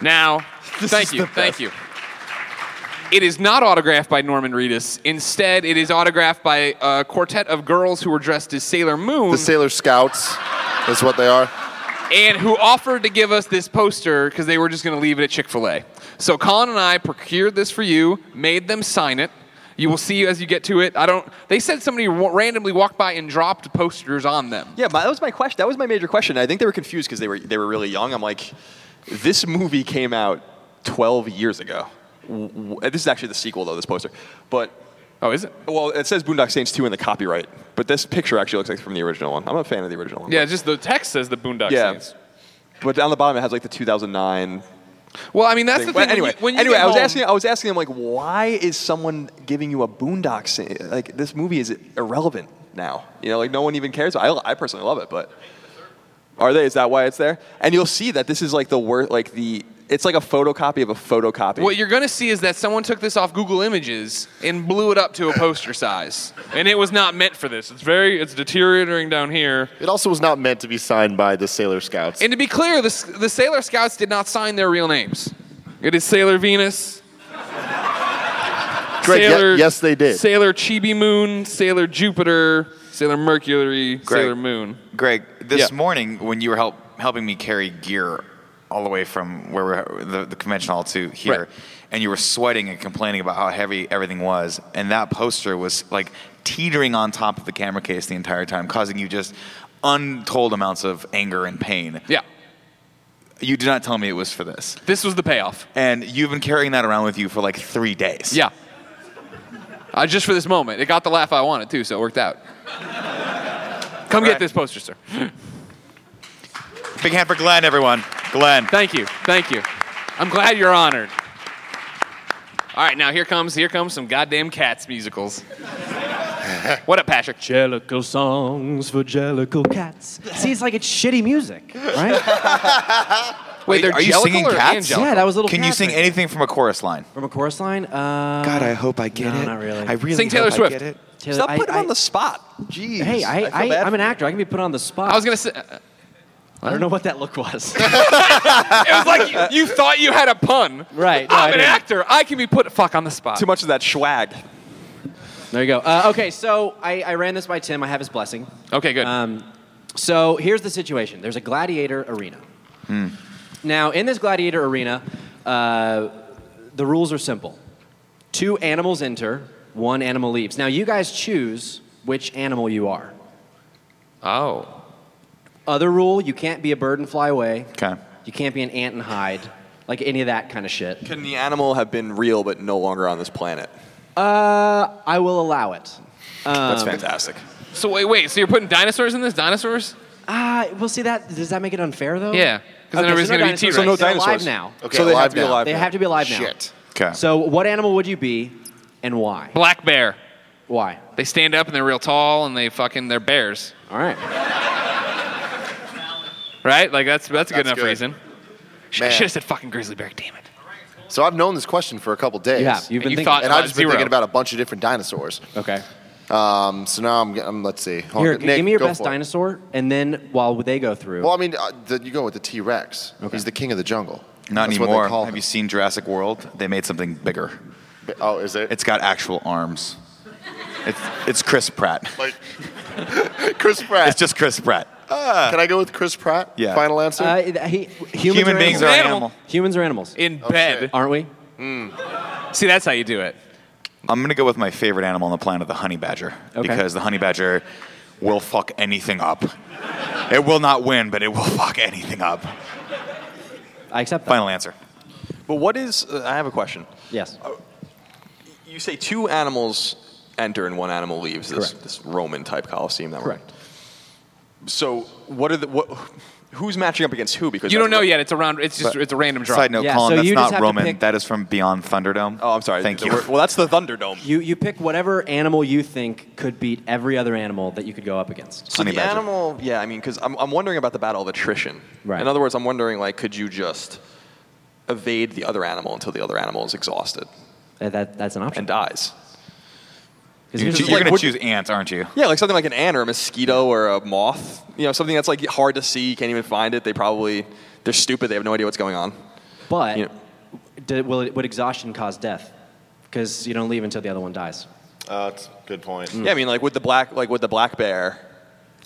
Speaker 2: Now, thank you, thank you. It is not autographed by Norman Reedus. Instead, it is autographed by a quartet of girls who were dressed as Sailor Moon
Speaker 1: The Sailor Scouts is what they are.
Speaker 2: and who offered to give us this poster because they were just going to leave it at Chick fil A. So Colin and I procured this for you, made them sign it. You will see as you get to it. I don't. They said somebody wa- randomly walked by and dropped posters on them.
Speaker 5: Yeah, my, that was my question. That was my major question. I think they were confused because they were they were really young. I'm like, this movie came out 12 years ago. W- w- This is actually the sequel though. This poster, but
Speaker 2: Oh, is it?
Speaker 5: well, it says Boondock Saints 2 in the copyright, but this picture actually looks like from the original one. I'm a fan of the original one.
Speaker 2: Yeah, just the text says the Boondock
Speaker 5: Yeah.
Speaker 2: Saints.
Speaker 5: But down the bottom it has like the 2009.
Speaker 2: Well, I mean that's
Speaker 5: thing.
Speaker 2: the
Speaker 5: But
Speaker 2: thing.
Speaker 5: anyway,
Speaker 2: when you, when you
Speaker 5: anyway,
Speaker 2: get
Speaker 5: I was
Speaker 2: home-
Speaker 5: asking I was asking him like, why is someone giving you a Boondock Saint? Like this movie is irrelevant now. You know, like no one even cares. I I personally love it, but. Are they? Is that why it's there? And you'll see that this is like the word, like the. It's like a photocopy of a photocopy.
Speaker 2: What you're going to see is that someone took this off Google Images and blew it up to a poster size, and it was not meant for this. It's very, it's deteriorating down here.
Speaker 1: It also was not meant to be signed by the Sailor Scouts.
Speaker 2: And to be clear, the, s- the Sailor Scouts did not sign their real names. It is Sailor Venus,
Speaker 1: Greg, ye-
Speaker 2: Sailor,
Speaker 1: yes, they did.
Speaker 2: Sailor Chibi Moon, Sailor Jupiter, Sailor Mercury,
Speaker 7: Greg.
Speaker 2: Sailor Moon.
Speaker 7: Greg, this
Speaker 1: Yeah.
Speaker 7: morning when you were help, helping me carry gear all the way from where we're, the, the convention hall to here,
Speaker 2: Right.
Speaker 7: and you were sweating and complaining about how heavy everything was, and that poster was like teetering on top of the camera case the entire time, causing you just untold amounts of anger and pain.
Speaker 2: Yeah.
Speaker 7: You did not tell me it was for this.
Speaker 2: This was the payoff.
Speaker 7: And you've been carrying that around with you for like three days.
Speaker 2: Yeah. Uh, just for this moment. It got the laugh I wanted, too, so it worked out. Come
Speaker 7: All
Speaker 2: get
Speaker 7: right.
Speaker 2: this poster, sir.
Speaker 7: Big hand for Glenn, everyone. Glenn.
Speaker 2: Thank you. Thank you. I'm glad you're honored. All right, now here comes here comes some goddamn cats musicals. (laughs)
Speaker 3: (laughs)
Speaker 2: what up, Patrick?
Speaker 4: Jellicle songs for Jellicle cats. See, it's like it's shitty music, right?
Speaker 2: (laughs) Wait,
Speaker 7: Are you- are you
Speaker 2: Jellicle
Speaker 7: singing
Speaker 2: or
Speaker 7: cats?
Speaker 2: Angelical?
Speaker 4: yeah, that was a little.
Speaker 7: Can you sing
Speaker 4: Catherine.
Speaker 7: anything from a chorus line?
Speaker 4: from a chorus line? Uh,
Speaker 3: God, I hope I get
Speaker 4: no,
Speaker 3: it.
Speaker 4: not really.
Speaker 3: I really
Speaker 2: Sing Taylor
Speaker 3: hope
Speaker 2: Swift.
Speaker 3: I get it.
Speaker 4: Taylor,
Speaker 5: Stop
Speaker 4: I-
Speaker 5: putting him
Speaker 4: I-
Speaker 5: on the spot. Jeez.
Speaker 4: Hey, I,
Speaker 5: feel
Speaker 4: I,
Speaker 5: bad
Speaker 4: I am
Speaker 5: for
Speaker 4: an
Speaker 5: you.
Speaker 4: actor. I can be put on the spot.
Speaker 2: I was gonna say it
Speaker 4: I don't know what that look
Speaker 2: (laughs)
Speaker 4: was.
Speaker 2: was like you, you thought you had a pun.
Speaker 4: Right, no, I
Speaker 2: I'm an
Speaker 4: didn't.
Speaker 2: actor. I can be put fuck on the spot.
Speaker 5: Too much of that swag.
Speaker 4: there you go. Uh, okay, so I, I ran this by Tim. I have his blessing.
Speaker 2: Okay, good.
Speaker 4: Um, so here's the situation there's a gladiator arena.
Speaker 5: Hmm.
Speaker 4: Now, in this gladiator arena, uh, the rules are simple two animals enter, one animal leaves. Now, you guys choose which animal you are.
Speaker 2: oh.
Speaker 4: Other rule you can't be a bird and fly away,
Speaker 7: Okay.
Speaker 4: you can't be an ant and hide, like any of that kind of shit.
Speaker 5: Can the animal have been real but no longer on this planet?
Speaker 4: Uh, I will allow it.
Speaker 5: That's
Speaker 4: Um,
Speaker 5: fantastic.
Speaker 2: So wait, wait. So you're putting dinosaurs in this? Dinosaurs?
Speaker 4: Ah, well, see that. Does that make it unfair though?
Speaker 2: Yeah, 'cause then everybody's gonna be
Speaker 4: dinosaurs.
Speaker 2: T-Rex. So no
Speaker 4: They're alive
Speaker 5: dinosaurs.
Speaker 4: now.
Speaker 1: Okay,
Speaker 5: so they
Speaker 1: alive
Speaker 5: have to be
Speaker 1: now.
Speaker 5: alive.
Speaker 4: They
Speaker 5: now.
Speaker 4: have to be alive now.
Speaker 1: Shit.
Speaker 7: Okay.
Speaker 4: So, what animal would you be, and why?
Speaker 2: Black bear.
Speaker 4: Why?
Speaker 2: They stand up and they're real tall and they fucking they're bears,
Speaker 4: All right.
Speaker 2: right? Like that's that's a good
Speaker 1: That's
Speaker 2: enough
Speaker 1: good.
Speaker 2: reason. Sh- I
Speaker 1: Man.
Speaker 2: should have said fucking grizzly bear. Damn it.
Speaker 1: So I've known this question for a couple days.
Speaker 4: You have. You've been
Speaker 2: you
Speaker 4: thinking.
Speaker 2: thought-
Speaker 1: and I've just been
Speaker 2: Zero.
Speaker 1: thinking about a bunch of different dinosaurs.
Speaker 4: okay.
Speaker 1: Um, so now I'm, I'm let's see. Hold
Speaker 4: Here,
Speaker 1: on.
Speaker 4: g-
Speaker 1: Nick,
Speaker 4: give me your
Speaker 1: go
Speaker 4: best
Speaker 1: for it.
Speaker 4: dinosaur, and then while they go through.
Speaker 1: Well, I mean, uh, the, you go with the T Rex. He's the king of the jungle.
Speaker 7: Not
Speaker 1: That's What
Speaker 7: anymore.
Speaker 1: they
Speaker 7: (laughs)
Speaker 1: call
Speaker 7: Have
Speaker 1: him. (laughs)
Speaker 7: you seen Jurassic World? They made something bigger.
Speaker 1: Oh, is it?
Speaker 7: It's got actual arms. It's, it's Chris Pratt.
Speaker 1: like Chris Pratt.
Speaker 7: It's just Chris Pratt.
Speaker 1: Can I go with Chris Pratt?
Speaker 7: Ah. Yeah.
Speaker 1: Final answer.
Speaker 4: uh, he, humans
Speaker 7: Human
Speaker 4: are
Speaker 7: beings
Speaker 4: animals.
Speaker 7: are animal.
Speaker 2: Animal.
Speaker 4: humans are animals,
Speaker 2: In
Speaker 1: Oh,
Speaker 2: bed.
Speaker 1: shit.
Speaker 4: aren't we?
Speaker 2: See, that's how you do it.
Speaker 7: I'm gonna go with my favorite animal on the planet, the honey badger,
Speaker 4: Okay.
Speaker 7: because the honey badger will fuck anything up. it will not win, but it will (laughs) fuck anything up.
Speaker 4: I accept that.
Speaker 7: Final answer.
Speaker 5: But what is? Uh, I have a question.
Speaker 4: Yes.
Speaker 5: You say two animals enter and one animal leaves this,
Speaker 4: Correct.
Speaker 5: this Roman type coliseum that
Speaker 4: Correct.
Speaker 5: we're in. So what are the what? Who's matching up against who? Because
Speaker 2: You
Speaker 5: that's
Speaker 2: don't know
Speaker 5: what-
Speaker 2: yet. It's a round. It's just it's a random draw.
Speaker 7: Side note,
Speaker 4: Yeah,
Speaker 7: Colin,
Speaker 4: so
Speaker 7: that's
Speaker 4: you just
Speaker 7: not
Speaker 4: have to
Speaker 7: Roman.
Speaker 4: pick-
Speaker 7: That is from Beyond Thunderdome.
Speaker 5: Oh, I'm sorry.
Speaker 7: Thank
Speaker 5: The-
Speaker 7: you.
Speaker 5: Well, that's the Thunderdome.
Speaker 4: You you pick whatever animal you think could beat every other animal that you could go up against.
Speaker 5: So
Speaker 7: Honey
Speaker 5: the
Speaker 7: badger.
Speaker 5: animal, yeah, I mean, because I'm, I'm wondering about the battle of attrition.
Speaker 4: Right.
Speaker 5: In other words, I'm wondering, like, could you just evade the other animal until the other animal is exhausted
Speaker 4: Uh, That that's an
Speaker 5: and
Speaker 4: option.
Speaker 5: dies?
Speaker 4: 'Cause
Speaker 7: You're,
Speaker 4: here's the
Speaker 7: you're
Speaker 4: thing.
Speaker 7: gonna choose ants, aren't you?
Speaker 5: Yeah, like something like an ant or a mosquito or a moth. You know, something that's like hard to see, you can't even find it. They probably they're stupid. They have no idea what's going on.
Speaker 4: But
Speaker 5: You know-
Speaker 4: d- will it, would exhaustion cause death? Because you don't leave until the other one dies. Mm.
Speaker 1: Uh, that's a good point.
Speaker 5: Yeah, I mean, like with the black, like with the black bear.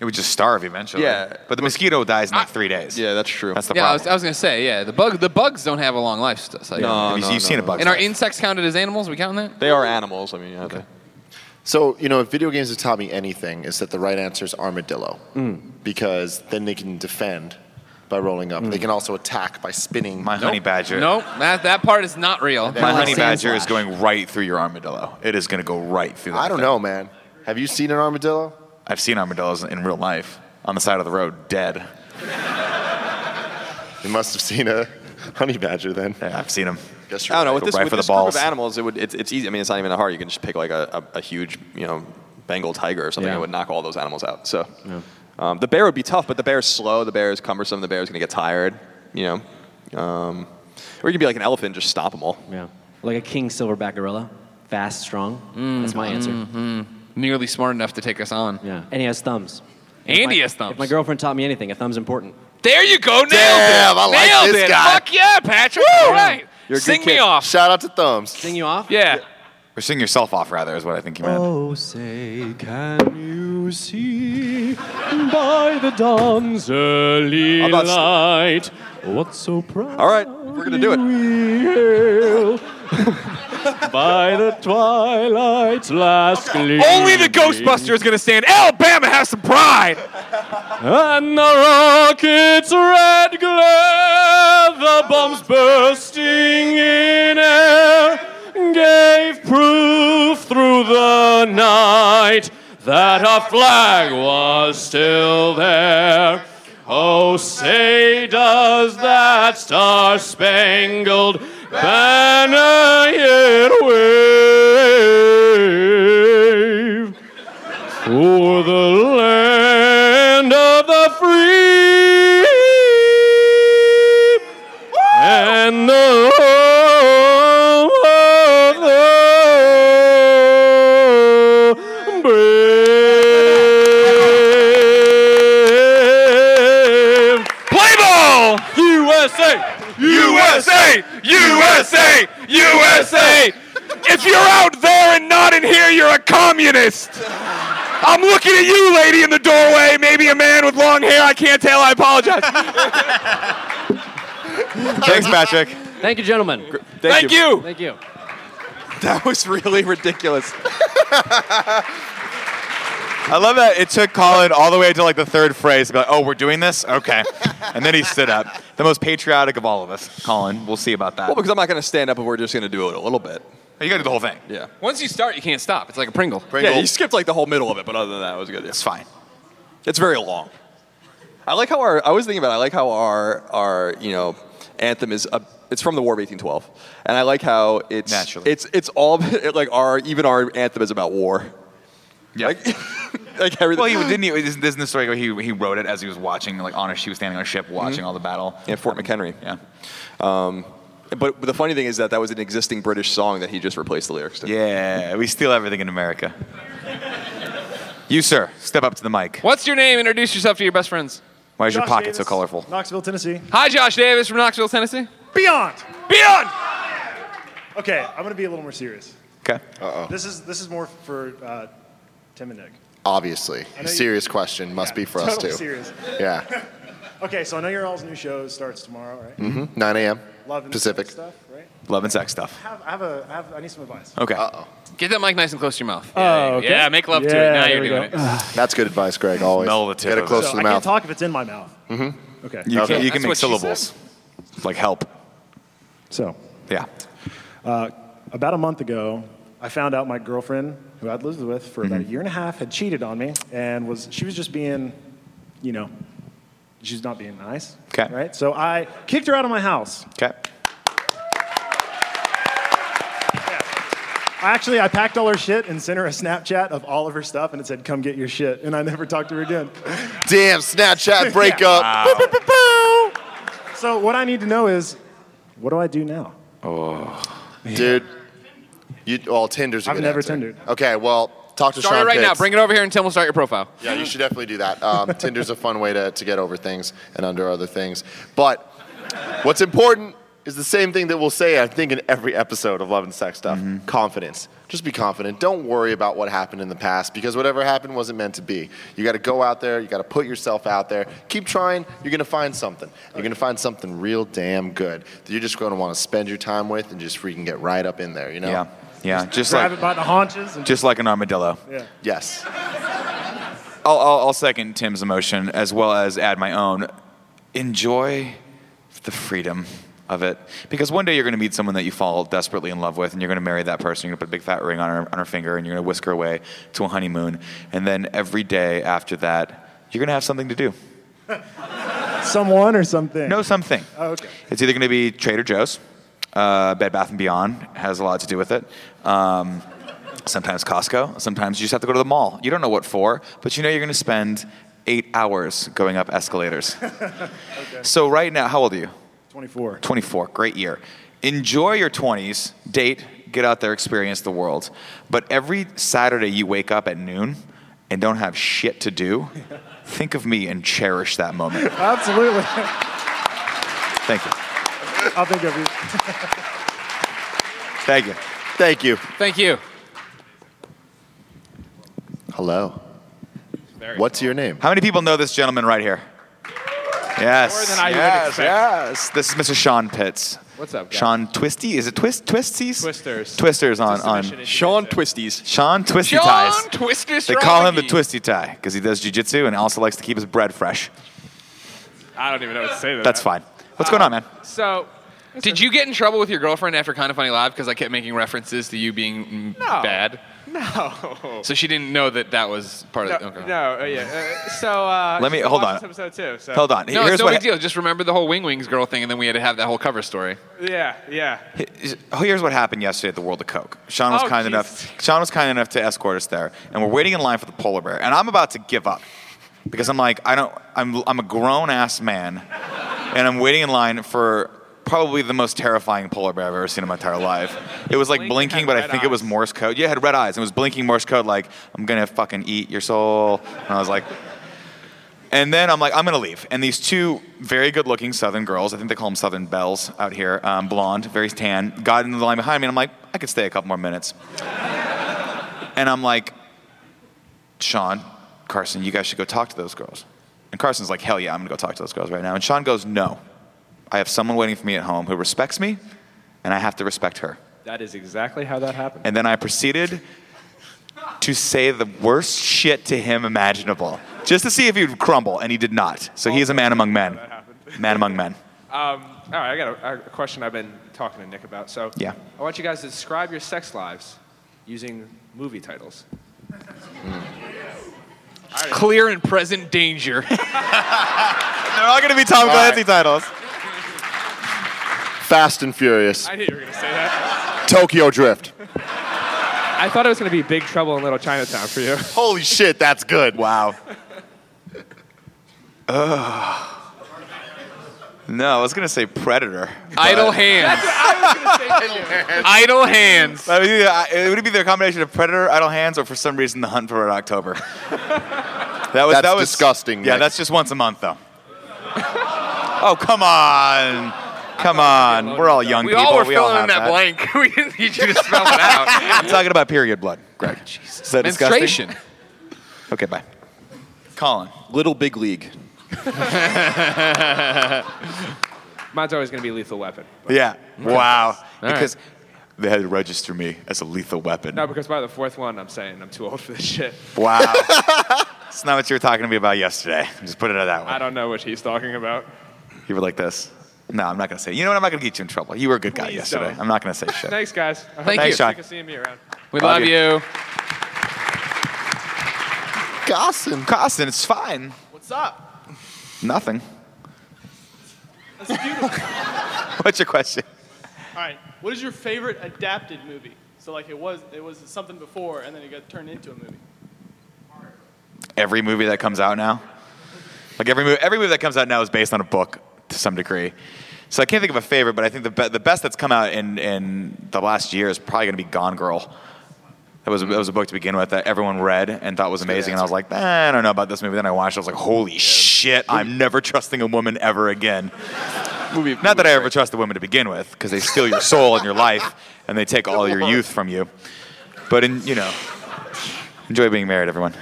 Speaker 7: It would just starve eventually.
Speaker 5: Yeah.
Speaker 7: But the mosquito dies in like three days.
Speaker 5: Yeah, that's true.
Speaker 7: That's the
Speaker 2: yeah, I was,
Speaker 7: problem.
Speaker 2: I was gonna say yeah. The bug the bugs don't have a long life. So so-
Speaker 5: No.
Speaker 7: Have you- You've seen a bug.
Speaker 2: And are insects counted as animals? We counting that?
Speaker 5: they are animals. I mean, yeah, they-
Speaker 1: So you know, if video games have taught me anything, is that the right answer is armadillo,
Speaker 4: Mm.
Speaker 1: because then they can defend by rolling up. They can also attack by spinning.
Speaker 7: My honey badger.
Speaker 2: Nope. That that part is not real.
Speaker 7: My honey
Speaker 4: Sandslash.
Speaker 7: badger is going right through your armadillo. It is going to go right through. That
Speaker 1: I don't
Speaker 7: thing.
Speaker 1: know, man. Have you seen an armadillo? (laughs)
Speaker 7: I've seen armadillos in real life on the side of the road, dead.
Speaker 1: You must have seen a honey badger then.
Speaker 7: Yeah, I've seen them.
Speaker 1: Guess
Speaker 5: I don't know. With
Speaker 7: Go
Speaker 5: this,
Speaker 7: right
Speaker 5: with
Speaker 7: for the
Speaker 5: this group
Speaker 7: balls.
Speaker 5: of animals, it would it's, it's easy. I mean, it's not even that hard. You can just pick like a, a, a huge, you know, Bengal tiger or something.
Speaker 4: Yeah.
Speaker 5: It would knock all those animals out. So um, the bear would be tough, but the bear is slow. The bear is cumbersome. The bear is going to get tired. You know, um, or you could be like an elephant, and just stomp them all.
Speaker 4: Yeah. Like a king silverback gorilla. Fast, strong. That's my answer.
Speaker 2: Mm-hmm, Nearly smart enough to take us on.
Speaker 4: Yeah. And he has thumbs.
Speaker 2: Andy
Speaker 4: If my-
Speaker 2: has thumbs.
Speaker 4: If my girlfriend taught me anything, a thumb's important.
Speaker 2: There you go. Nailed
Speaker 1: Damn,
Speaker 2: it.
Speaker 1: I like
Speaker 2: nailed
Speaker 1: this
Speaker 2: it.
Speaker 1: guy.
Speaker 2: Fuck yeah, Patrick. All right.
Speaker 5: You're a good
Speaker 2: Sing me
Speaker 5: kid.
Speaker 2: off.
Speaker 1: Shout out to thumbs.
Speaker 4: Sing you off?
Speaker 2: Yeah.
Speaker 7: Or sing yourself off, rather, is what I think you meant.
Speaker 4: Oh, say, can you see by the dawn's early
Speaker 5: I'm not st-
Speaker 4: light what so proud
Speaker 5: All right, we're gonna do it.
Speaker 4: we hail
Speaker 2: (laughs)
Speaker 8: by the twilight's last gleam.
Speaker 2: Only the Ghostbuster is going to stand. Alabama has some pride.
Speaker 8: And the rocket's red glare, the bombs bursting in air, gave proof through the night that our flag was still there. Oh, say does that star-spangled banner yet wave? For the land of the free and the home of the brave.
Speaker 2: Play ball.
Speaker 8: USA!
Speaker 2: USA! USA! USA! If you're out there and not in here, you're a communist. I'm looking at you, lady in the doorway, maybe a man with long hair. I can't tell. I
Speaker 9: (laughs)
Speaker 2: apologize.
Speaker 7: Thanks, Patrick.
Speaker 4: Thank you, gentlemen.
Speaker 2: Thank you.
Speaker 4: Thank you.
Speaker 5: (laughs) That was really ridiculous.
Speaker 7: I love that it took Colin all the way to like the third phrase to be like, oh, we're doing this? Okay. And then he stood up. The most patriotic of all of us, Colin. We'll see about that.
Speaker 5: Well, because I'm not going to stand up if we're just going to do it a little bit.
Speaker 7: You gotta do the whole thing.
Speaker 5: Yeah.
Speaker 2: Once you start, you can't stop. It's like a Pringle.
Speaker 5: Yeah, you skipped like the whole middle of it, but other than that, it was good.
Speaker 7: It's fine.
Speaker 5: It's very long. I like how our. I was thinking about. It, I like how our our you know anthem is. A, it's from the War of 1812, and I like how it's
Speaker 7: Naturally.
Speaker 5: It's it's all (laughs) it, like our even our anthem is about war.
Speaker 7: Yeah.
Speaker 5: Like (laughs) everything.
Speaker 7: well, he didn't. He, isn't isn't the story where he, he wrote it as he was watching, like on a she was standing on a ship watching all the battle.
Speaker 5: Mm-hmm. yeah, Fort McHenry.
Speaker 7: Mm-hmm. Yeah.
Speaker 5: Um, but, but the funny thing is that that was an existing British song that he just replaced the lyrics to.
Speaker 7: Yeah. We steal everything in America. you, sir, step up to the mic.
Speaker 2: What's your name? Introduce yourself to your best friends.
Speaker 7: Why is your
Speaker 10: Josh
Speaker 7: pocket so
Speaker 10: Davis,
Speaker 7: colorful?
Speaker 10: Knoxville, Tennessee.
Speaker 2: Hi, Josh Davis from Knoxville, Tennessee.
Speaker 10: Beyond.
Speaker 2: Beyond.
Speaker 10: Okay, I'm gonna be a little more serious.
Speaker 7: Okay.
Speaker 1: Oh.
Speaker 10: This is this is more for uh, Tim and Nick.
Speaker 1: Obviously.
Speaker 10: know you-
Speaker 1: Serious question. Must
Speaker 10: Yeah,
Speaker 1: be for us,
Speaker 10: totally
Speaker 1: too.
Speaker 10: serious.
Speaker 1: Yeah.
Speaker 10: (laughs) Okay, so I know your all's new show starts tomorrow, right?
Speaker 1: 9 a.m.
Speaker 10: Love and
Speaker 1: Pacific.
Speaker 10: stuff, right?
Speaker 7: Love and sex stuff.
Speaker 10: I have, I have a I, have, I need some advice.
Speaker 7: Okay.
Speaker 2: Get that mic nice and close to your mouth.
Speaker 8: Oh, okay.
Speaker 2: Yeah, make love to
Speaker 8: Yeah,
Speaker 2: it. Now
Speaker 8: there
Speaker 2: you're
Speaker 8: we
Speaker 2: doing
Speaker 8: go.
Speaker 2: it.
Speaker 1: That's good advice, Greg, always.
Speaker 7: Smell the tip
Speaker 1: Get it
Speaker 7: of
Speaker 1: close
Speaker 10: So
Speaker 1: to
Speaker 10: I
Speaker 1: the mouth.
Speaker 10: can't talk if it's in my mouth. Mm-hmm. Okay.
Speaker 7: You can,
Speaker 2: That's
Speaker 7: you
Speaker 2: what
Speaker 7: can make
Speaker 2: she
Speaker 7: syllables. Like help.
Speaker 10: So
Speaker 7: Yeah.
Speaker 10: Uh, about a month ago, I found out my girlfriend, who I'd lived with for about a year and a half, had cheated on me, and was she was just being, you know, she's not being nice.
Speaker 7: 'Kay.
Speaker 10: Right. So I kicked her out of my house.
Speaker 7: Okay.
Speaker 10: I Actually, I packed all her shit and sent her a Snapchat of all of her stuff, and it said, "Come get your shit." And I never talked to her again.
Speaker 1: Damn, Snapchat breakup.
Speaker 7: (laughs)
Speaker 10: So what I need to know is, what do I do now?
Speaker 2: Oh.
Speaker 1: Dude, you, well, Tinder's a
Speaker 10: I've
Speaker 1: good
Speaker 10: never
Speaker 1: answer.
Speaker 10: Tindered.
Speaker 1: Okay, well, talk to
Speaker 2: Start
Speaker 1: Sean
Speaker 2: it right now.
Speaker 1: Pitts.
Speaker 2: Bring it over here and tell him to start your profile.
Speaker 1: Yeah, you should definitely do that. Um, Tinder's a fun way to, to get over things and under other things. But what's important is the same thing that we'll say, I think, in every episode of Love and Sex Stuff
Speaker 7: Mm-hmm.
Speaker 1: confidence. Just be confident. Don't worry about what happened in the past because whatever happened wasn't meant to be. You got to go out there, you got to put yourself out there. Keep trying, you're going to find something. You're going to find something real damn good that you're just going to want to spend your time with and just freaking get right up in there, you know?
Speaker 7: Yeah. Yeah. Uh, Just
Speaker 10: Grab
Speaker 7: like
Speaker 10: it by the haunches and
Speaker 7: just like an armadillo.
Speaker 10: yeah.
Speaker 1: Yes.
Speaker 7: I'll, I'll, I'll second Tim's emotion as well as add my own. Enjoy the freedom of it. Because one day you're going to meet someone that you fall desperately in love with, and you're going to marry that person. You're going to put a big fat ring on her, on her finger, and you're going to whisk her away to a honeymoon. And then every day after that, you're going to have something to do.
Speaker 10: Someone or something.
Speaker 7: Know something.
Speaker 10: Oh, okay.
Speaker 7: It's either going to be Trader Joe's, uh, Bed Bath and Beyond has a lot to do with it. Um, sometimes Costco. Sometimes you just have to go to the mall. You don't know what for, but you know you're going to spend eight hours going up escalators.
Speaker 10: (laughs)
Speaker 7: So right now, how old are you?
Speaker 10: 24.
Speaker 7: 24. Great year. Enjoy your 20s. Date. Get out there. Experience the world. But every Saturday you wake up at noon and don't have shit to do. Think of me and cherish that moment.
Speaker 10: Absolutely. (laughs)
Speaker 7: Thank you.
Speaker 10: I'll think of you. (laughs)
Speaker 7: Thank you.
Speaker 1: Thank you.
Speaker 2: Thank you.
Speaker 1: Hello. What's your name?
Speaker 7: How many people know this gentleman right here? Yes.
Speaker 8: More than I would
Speaker 7: yes,
Speaker 8: expect.
Speaker 7: yes. This is Mr. Sean Pitts.
Speaker 9: What's up, guys?
Speaker 7: Sean Twisty? Is it Twist Twisties?
Speaker 9: Twisters.
Speaker 7: Twisters on,
Speaker 9: It's a submission
Speaker 7: on
Speaker 9: issue. Sean
Speaker 5: Twisties.
Speaker 7: Sean Twisty
Speaker 9: Sean
Speaker 7: Ties.
Speaker 9: Twisty
Speaker 7: They call him the
Speaker 9: Stragi.
Speaker 7: Twisty Tie because he does jiu-jitsu and also likes to keep his bread fresh.
Speaker 9: I don't even know what to say to that. Ah.
Speaker 7: That's fine. What's going on, man?
Speaker 2: So, did you get in trouble with your girlfriend after Kind of Funny Live because I kept making references to you being mm,
Speaker 9: No.
Speaker 2: bad?
Speaker 9: No.
Speaker 2: So she didn't know that that was part
Speaker 9: no,
Speaker 2: of. Okay.
Speaker 9: no, uh, yeah. Uh, so uh,
Speaker 2: Let me-
Speaker 9: she's been
Speaker 2: hold
Speaker 9: watching
Speaker 2: on.
Speaker 9: This episode too. So.
Speaker 2: no, it's no big deal. Just remember the whole Wing Wings girl thing, and then we had to have that whole cover story.
Speaker 9: Yeah, yeah.
Speaker 7: Oh, here's what happened yesterday at the World of Coke. Sean was
Speaker 9: Oh,
Speaker 7: kind enough. Sean was kind enough to escort us there, and we're waiting in line for the polar bear. And I'm about to give up because I'm like, I don't. I'm I'm a grown ass man, and I'm waiting in line for probably the most terrifying polar bear I've ever seen in my entire life. It was like blinking, but I think it was Morse code. Yeah, it had red eyes. It was blinking Morse code, like I'm gonna fucking eat your soul. And I was like, and then I'm like, I'm gonna leave. And these two very good-looking Southern girls, I think they call them Southern Belles out here, um, blonde, very tan, got into the line behind me, and I'm like, I could stay a couple more minutes. and I'm like, Sean, Carson, you guys should go talk to those girls. And Carson's like, Hell yeah, I'm gonna go talk to those girls right now. And Sean goes, No, I have someone waiting for me at home who respects me, and I have to respect her.
Speaker 9: That is exactly how that happened.
Speaker 7: And then I proceeded to say the worst shit to him imaginable, just to see if he would crumble, and he did not. So he is a man among men. Man among men.
Speaker 9: Um, all right, I got a, a question I've been talking to Nick about. So
Speaker 7: Yeah.
Speaker 9: I want you guys to describe your sex lives using movie titles.
Speaker 2: Clear and present
Speaker 7: (laughs)
Speaker 2: danger.
Speaker 7: They're all going to be Tom
Speaker 1: All
Speaker 7: Clancy
Speaker 1: right.
Speaker 7: titles.
Speaker 1: Fast and Furious.
Speaker 9: I knew you were going to say that.
Speaker 1: Tokyo Drift.
Speaker 9: I thought it was going to be Big Trouble in Little Chinatown for you.
Speaker 1: Holy shit, that's good.
Speaker 7: Wow. (laughs) Ugh. No, I was going to say Predator.
Speaker 2: Idle
Speaker 7: but-
Speaker 2: hands.
Speaker 7: Idle hands. That would either- I- It would be the combination of Predator, Idle Hands, or for some reason, The Hunt for Red (laughs) October. That was
Speaker 1: That's
Speaker 7: that was
Speaker 1: disgusting,
Speaker 7: Yeah,
Speaker 1: Nick.
Speaker 7: that's just once a month though. (laughs) oh come on, come on. We're all young
Speaker 2: we
Speaker 7: people.
Speaker 2: all were
Speaker 7: we
Speaker 2: filling
Speaker 7: all have
Speaker 2: in that, blank. (laughs) we didn't need you to spell it out.
Speaker 7: I'm talking about period blood, Greg. Jesus. Is that
Speaker 2: Menstruation.
Speaker 7: disgusting? Okay, bye. Colin.
Speaker 5: Little Big League.
Speaker 7: (laughs)
Speaker 9: Mine's always going to be Lethal Weapon.
Speaker 7: Yeah. Wow.
Speaker 9: All right.
Speaker 7: Because they had to register me as a lethal weapon.
Speaker 9: No, because by the fourth one, I'm saying I'm too old for this shit.
Speaker 7: Wow. It's not what you were talking to me about yesterday. Just put it at that way.
Speaker 9: I don't know what he's talking about.
Speaker 7: You were like this. No, I'm not gonna say. You know what? I'm not gonna get you in trouble. You were a good guy
Speaker 9: Please
Speaker 7: yesterday.
Speaker 9: don't.
Speaker 7: I'm not gonna say shit.
Speaker 9: Thanks, guys. I hope
Speaker 7: Thank
Speaker 9: you're
Speaker 7: you.
Speaker 9: sick of seeing me around.
Speaker 2: We
Speaker 7: Love
Speaker 2: love you.
Speaker 7: Carson. Carson, it's fine.
Speaker 9: What's up?
Speaker 7: Nothing. What's your question?
Speaker 11: All right. What is your favorite adapted movie? So like it was it was something before and then it got turned into a movie.
Speaker 7: Every movie that comes out now, like every movie, every movie that comes out now is based on a book to some degree. So I can't think of a favorite, but I think the be- the best that's come out in in the last year is probably gonna be Gone Girl. That was, that was a book to begin with that everyone read and thought was amazing. And I was like, eh, I don't know about this movie. Then I watched it. I was like, holy shit, I'm never trusting a woman ever again. (laughs) movie, Not that I ever trust a woman to begin with because they steal your soul and your life and they take all your youth from you. But, in, you know, enjoy being married, everyone.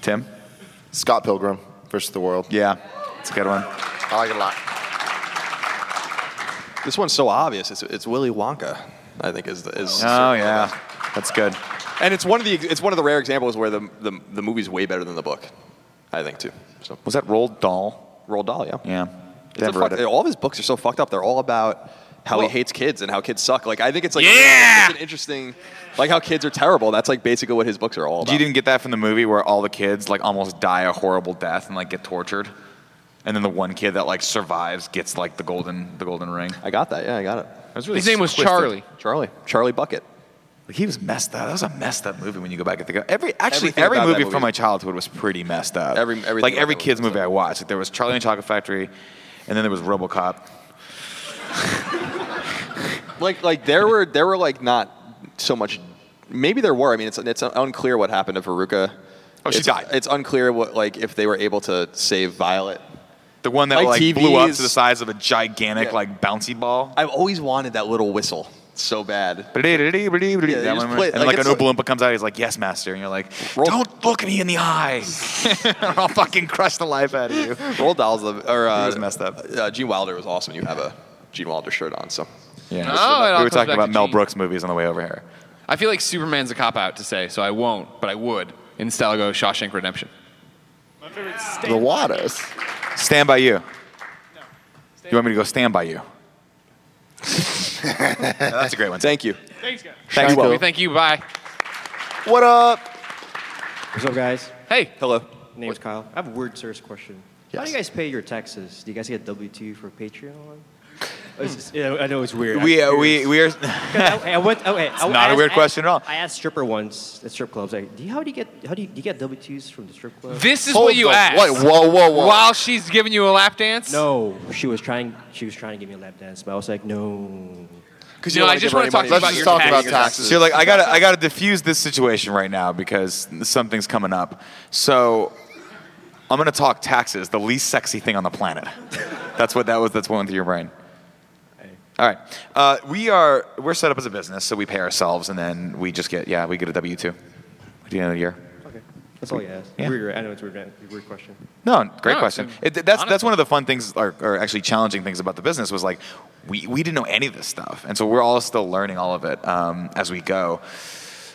Speaker 7: Tim?
Speaker 1: Scott Pilgrim versus the World.
Speaker 7: Yeah, it's a good one.
Speaker 1: I like it a lot.
Speaker 5: This one's so obvious. It's, it's Willy Wonka, I think, is, is
Speaker 7: Oh, yeah. That's good.
Speaker 5: And it's one of the it's one of the rare examples where the, the, the movie's way better than the book, I think too. So
Speaker 7: Was that Roald Dahl?
Speaker 5: Roald Dahl, yeah.
Speaker 7: Yeah.
Speaker 5: It's a
Speaker 7: Never
Speaker 5: fuck-
Speaker 7: read it.
Speaker 5: all of his books are so fucked up. They're all about how he hates kids and how kids suck. Like I think it's like it's an interesting, like how kids are terrible. That's like basically what his books are all
Speaker 7: Do
Speaker 5: about.
Speaker 7: you didn't get that from the movie where all the kids like almost die a horrible death and like get tortured, and then the one kid that like survives gets like the golden the golden ring.
Speaker 5: I got that. Yeah, I got it.
Speaker 7: was really
Speaker 2: His name was
Speaker 7: twisted.
Speaker 2: Charlie.
Speaker 5: Charlie, Charlie Bucket.
Speaker 7: Like, he was messed up. That was a messed up movie when you go back and think. of- Every actually
Speaker 5: Everything
Speaker 7: every
Speaker 5: about that
Speaker 7: movie,
Speaker 5: movie.
Speaker 7: from my childhood was pretty messed up.
Speaker 5: Every- everything
Speaker 7: like
Speaker 5: about
Speaker 7: every
Speaker 5: that
Speaker 7: kids movie I watched. Like, there was Charlie and the Chocolate Factory, and then there was RoboCop.
Speaker 5: Like like there were there were like not so much. Maybe there were. I mean, it's it's unclear what happened to Veruca.
Speaker 7: Oh, she
Speaker 5: it's,
Speaker 7: died.
Speaker 5: It's unclear what like if they were able to save Violet.
Speaker 7: The one that
Speaker 5: Like
Speaker 7: like, blew up
Speaker 5: TVs.
Speaker 7: to the size of a gigantic
Speaker 5: Yeah.
Speaker 7: like bouncy ball.
Speaker 5: I've always wanted that little whistle so bad.
Speaker 7: Yeah,
Speaker 5: you
Speaker 7: that
Speaker 5: just
Speaker 7: one,
Speaker 5: play-
Speaker 7: and like an
Speaker 5: it's
Speaker 7: Oompa Loompa comes out, he's like, "Yes, master," and you're like, "Don't look me in the eye, or (laughs) I'll fucking crush the life out of you."
Speaker 5: Roll Dahl's the, or uh, messed up. Uh, Gene Wilder was awesome. You have a Gene Wilder shirt on, so
Speaker 7: Yeah,
Speaker 2: No, Oh, it all
Speaker 7: we
Speaker 2: comes
Speaker 7: were talking
Speaker 2: back
Speaker 7: about
Speaker 2: to
Speaker 7: Mel
Speaker 2: Gene.
Speaker 7: Brooks movies on the way over here.
Speaker 2: I feel like Superman's a cop out to say, so I won't, but I would. Instead, I'll go Shawshank Redemption.
Speaker 7: The Waters. Stand by you. You want me to go stand by
Speaker 5: (laughs)
Speaker 7: you? That's a great one.
Speaker 5: Thank you.
Speaker 11: Thanks, guys.
Speaker 7: Thanks, Will.
Speaker 2: We thank you. Bye.
Speaker 5: What up?
Speaker 4: What's up, guys?
Speaker 2: Hey.
Speaker 5: Hello.
Speaker 12: Name's Kyle. I have a weird serious question. How do you guys pay your taxes? Do you guys get W two for Patreon? Or is this- yeah, I know it's weird.
Speaker 7: Hmm. We,
Speaker 12: I'm
Speaker 7: uh, we,
Speaker 12: curious.
Speaker 7: we are.
Speaker 12: 'Cause (laughs) I, I went. Okay,
Speaker 7: It's
Speaker 12: I,
Speaker 7: not
Speaker 12: a
Speaker 7: a weird question at all.
Speaker 12: I asked stripper once at strip clubs. Like, do you, how do you get how do you, do you get W twos from the strip club?
Speaker 2: This is what you asked. While she's giving you a lap dance?
Speaker 12: No, she was trying. She was trying to give me a lap dance, but I was like, no.
Speaker 2: Because you No, don't I wanna just give her wanna any talk to money. you about your taxes.
Speaker 7: So you're like, I gotta, I gotta diffuse this situation right now because something's coming up. So I'm gonna talk taxes, the least sexy thing on the planet. That's what that was. That's what went through your brain. All right, uh, we are we're set up as a business, so we pay ourselves, and then we just get yeah, we get a W two at the end of the year.
Speaker 12: That's all you asked.
Speaker 7: Yeah.
Speaker 12: Weird. right? I know it's weird. man. Weird question.
Speaker 7: No, great
Speaker 12: No,
Speaker 7: question.
Speaker 12: it's a-
Speaker 7: It, that's that's
Speaker 12: honestly.
Speaker 7: one of the fun things, or, or actually challenging things about the business was like we, we didn't know any of this stuff, and so we're all still learning all of it um, as we go.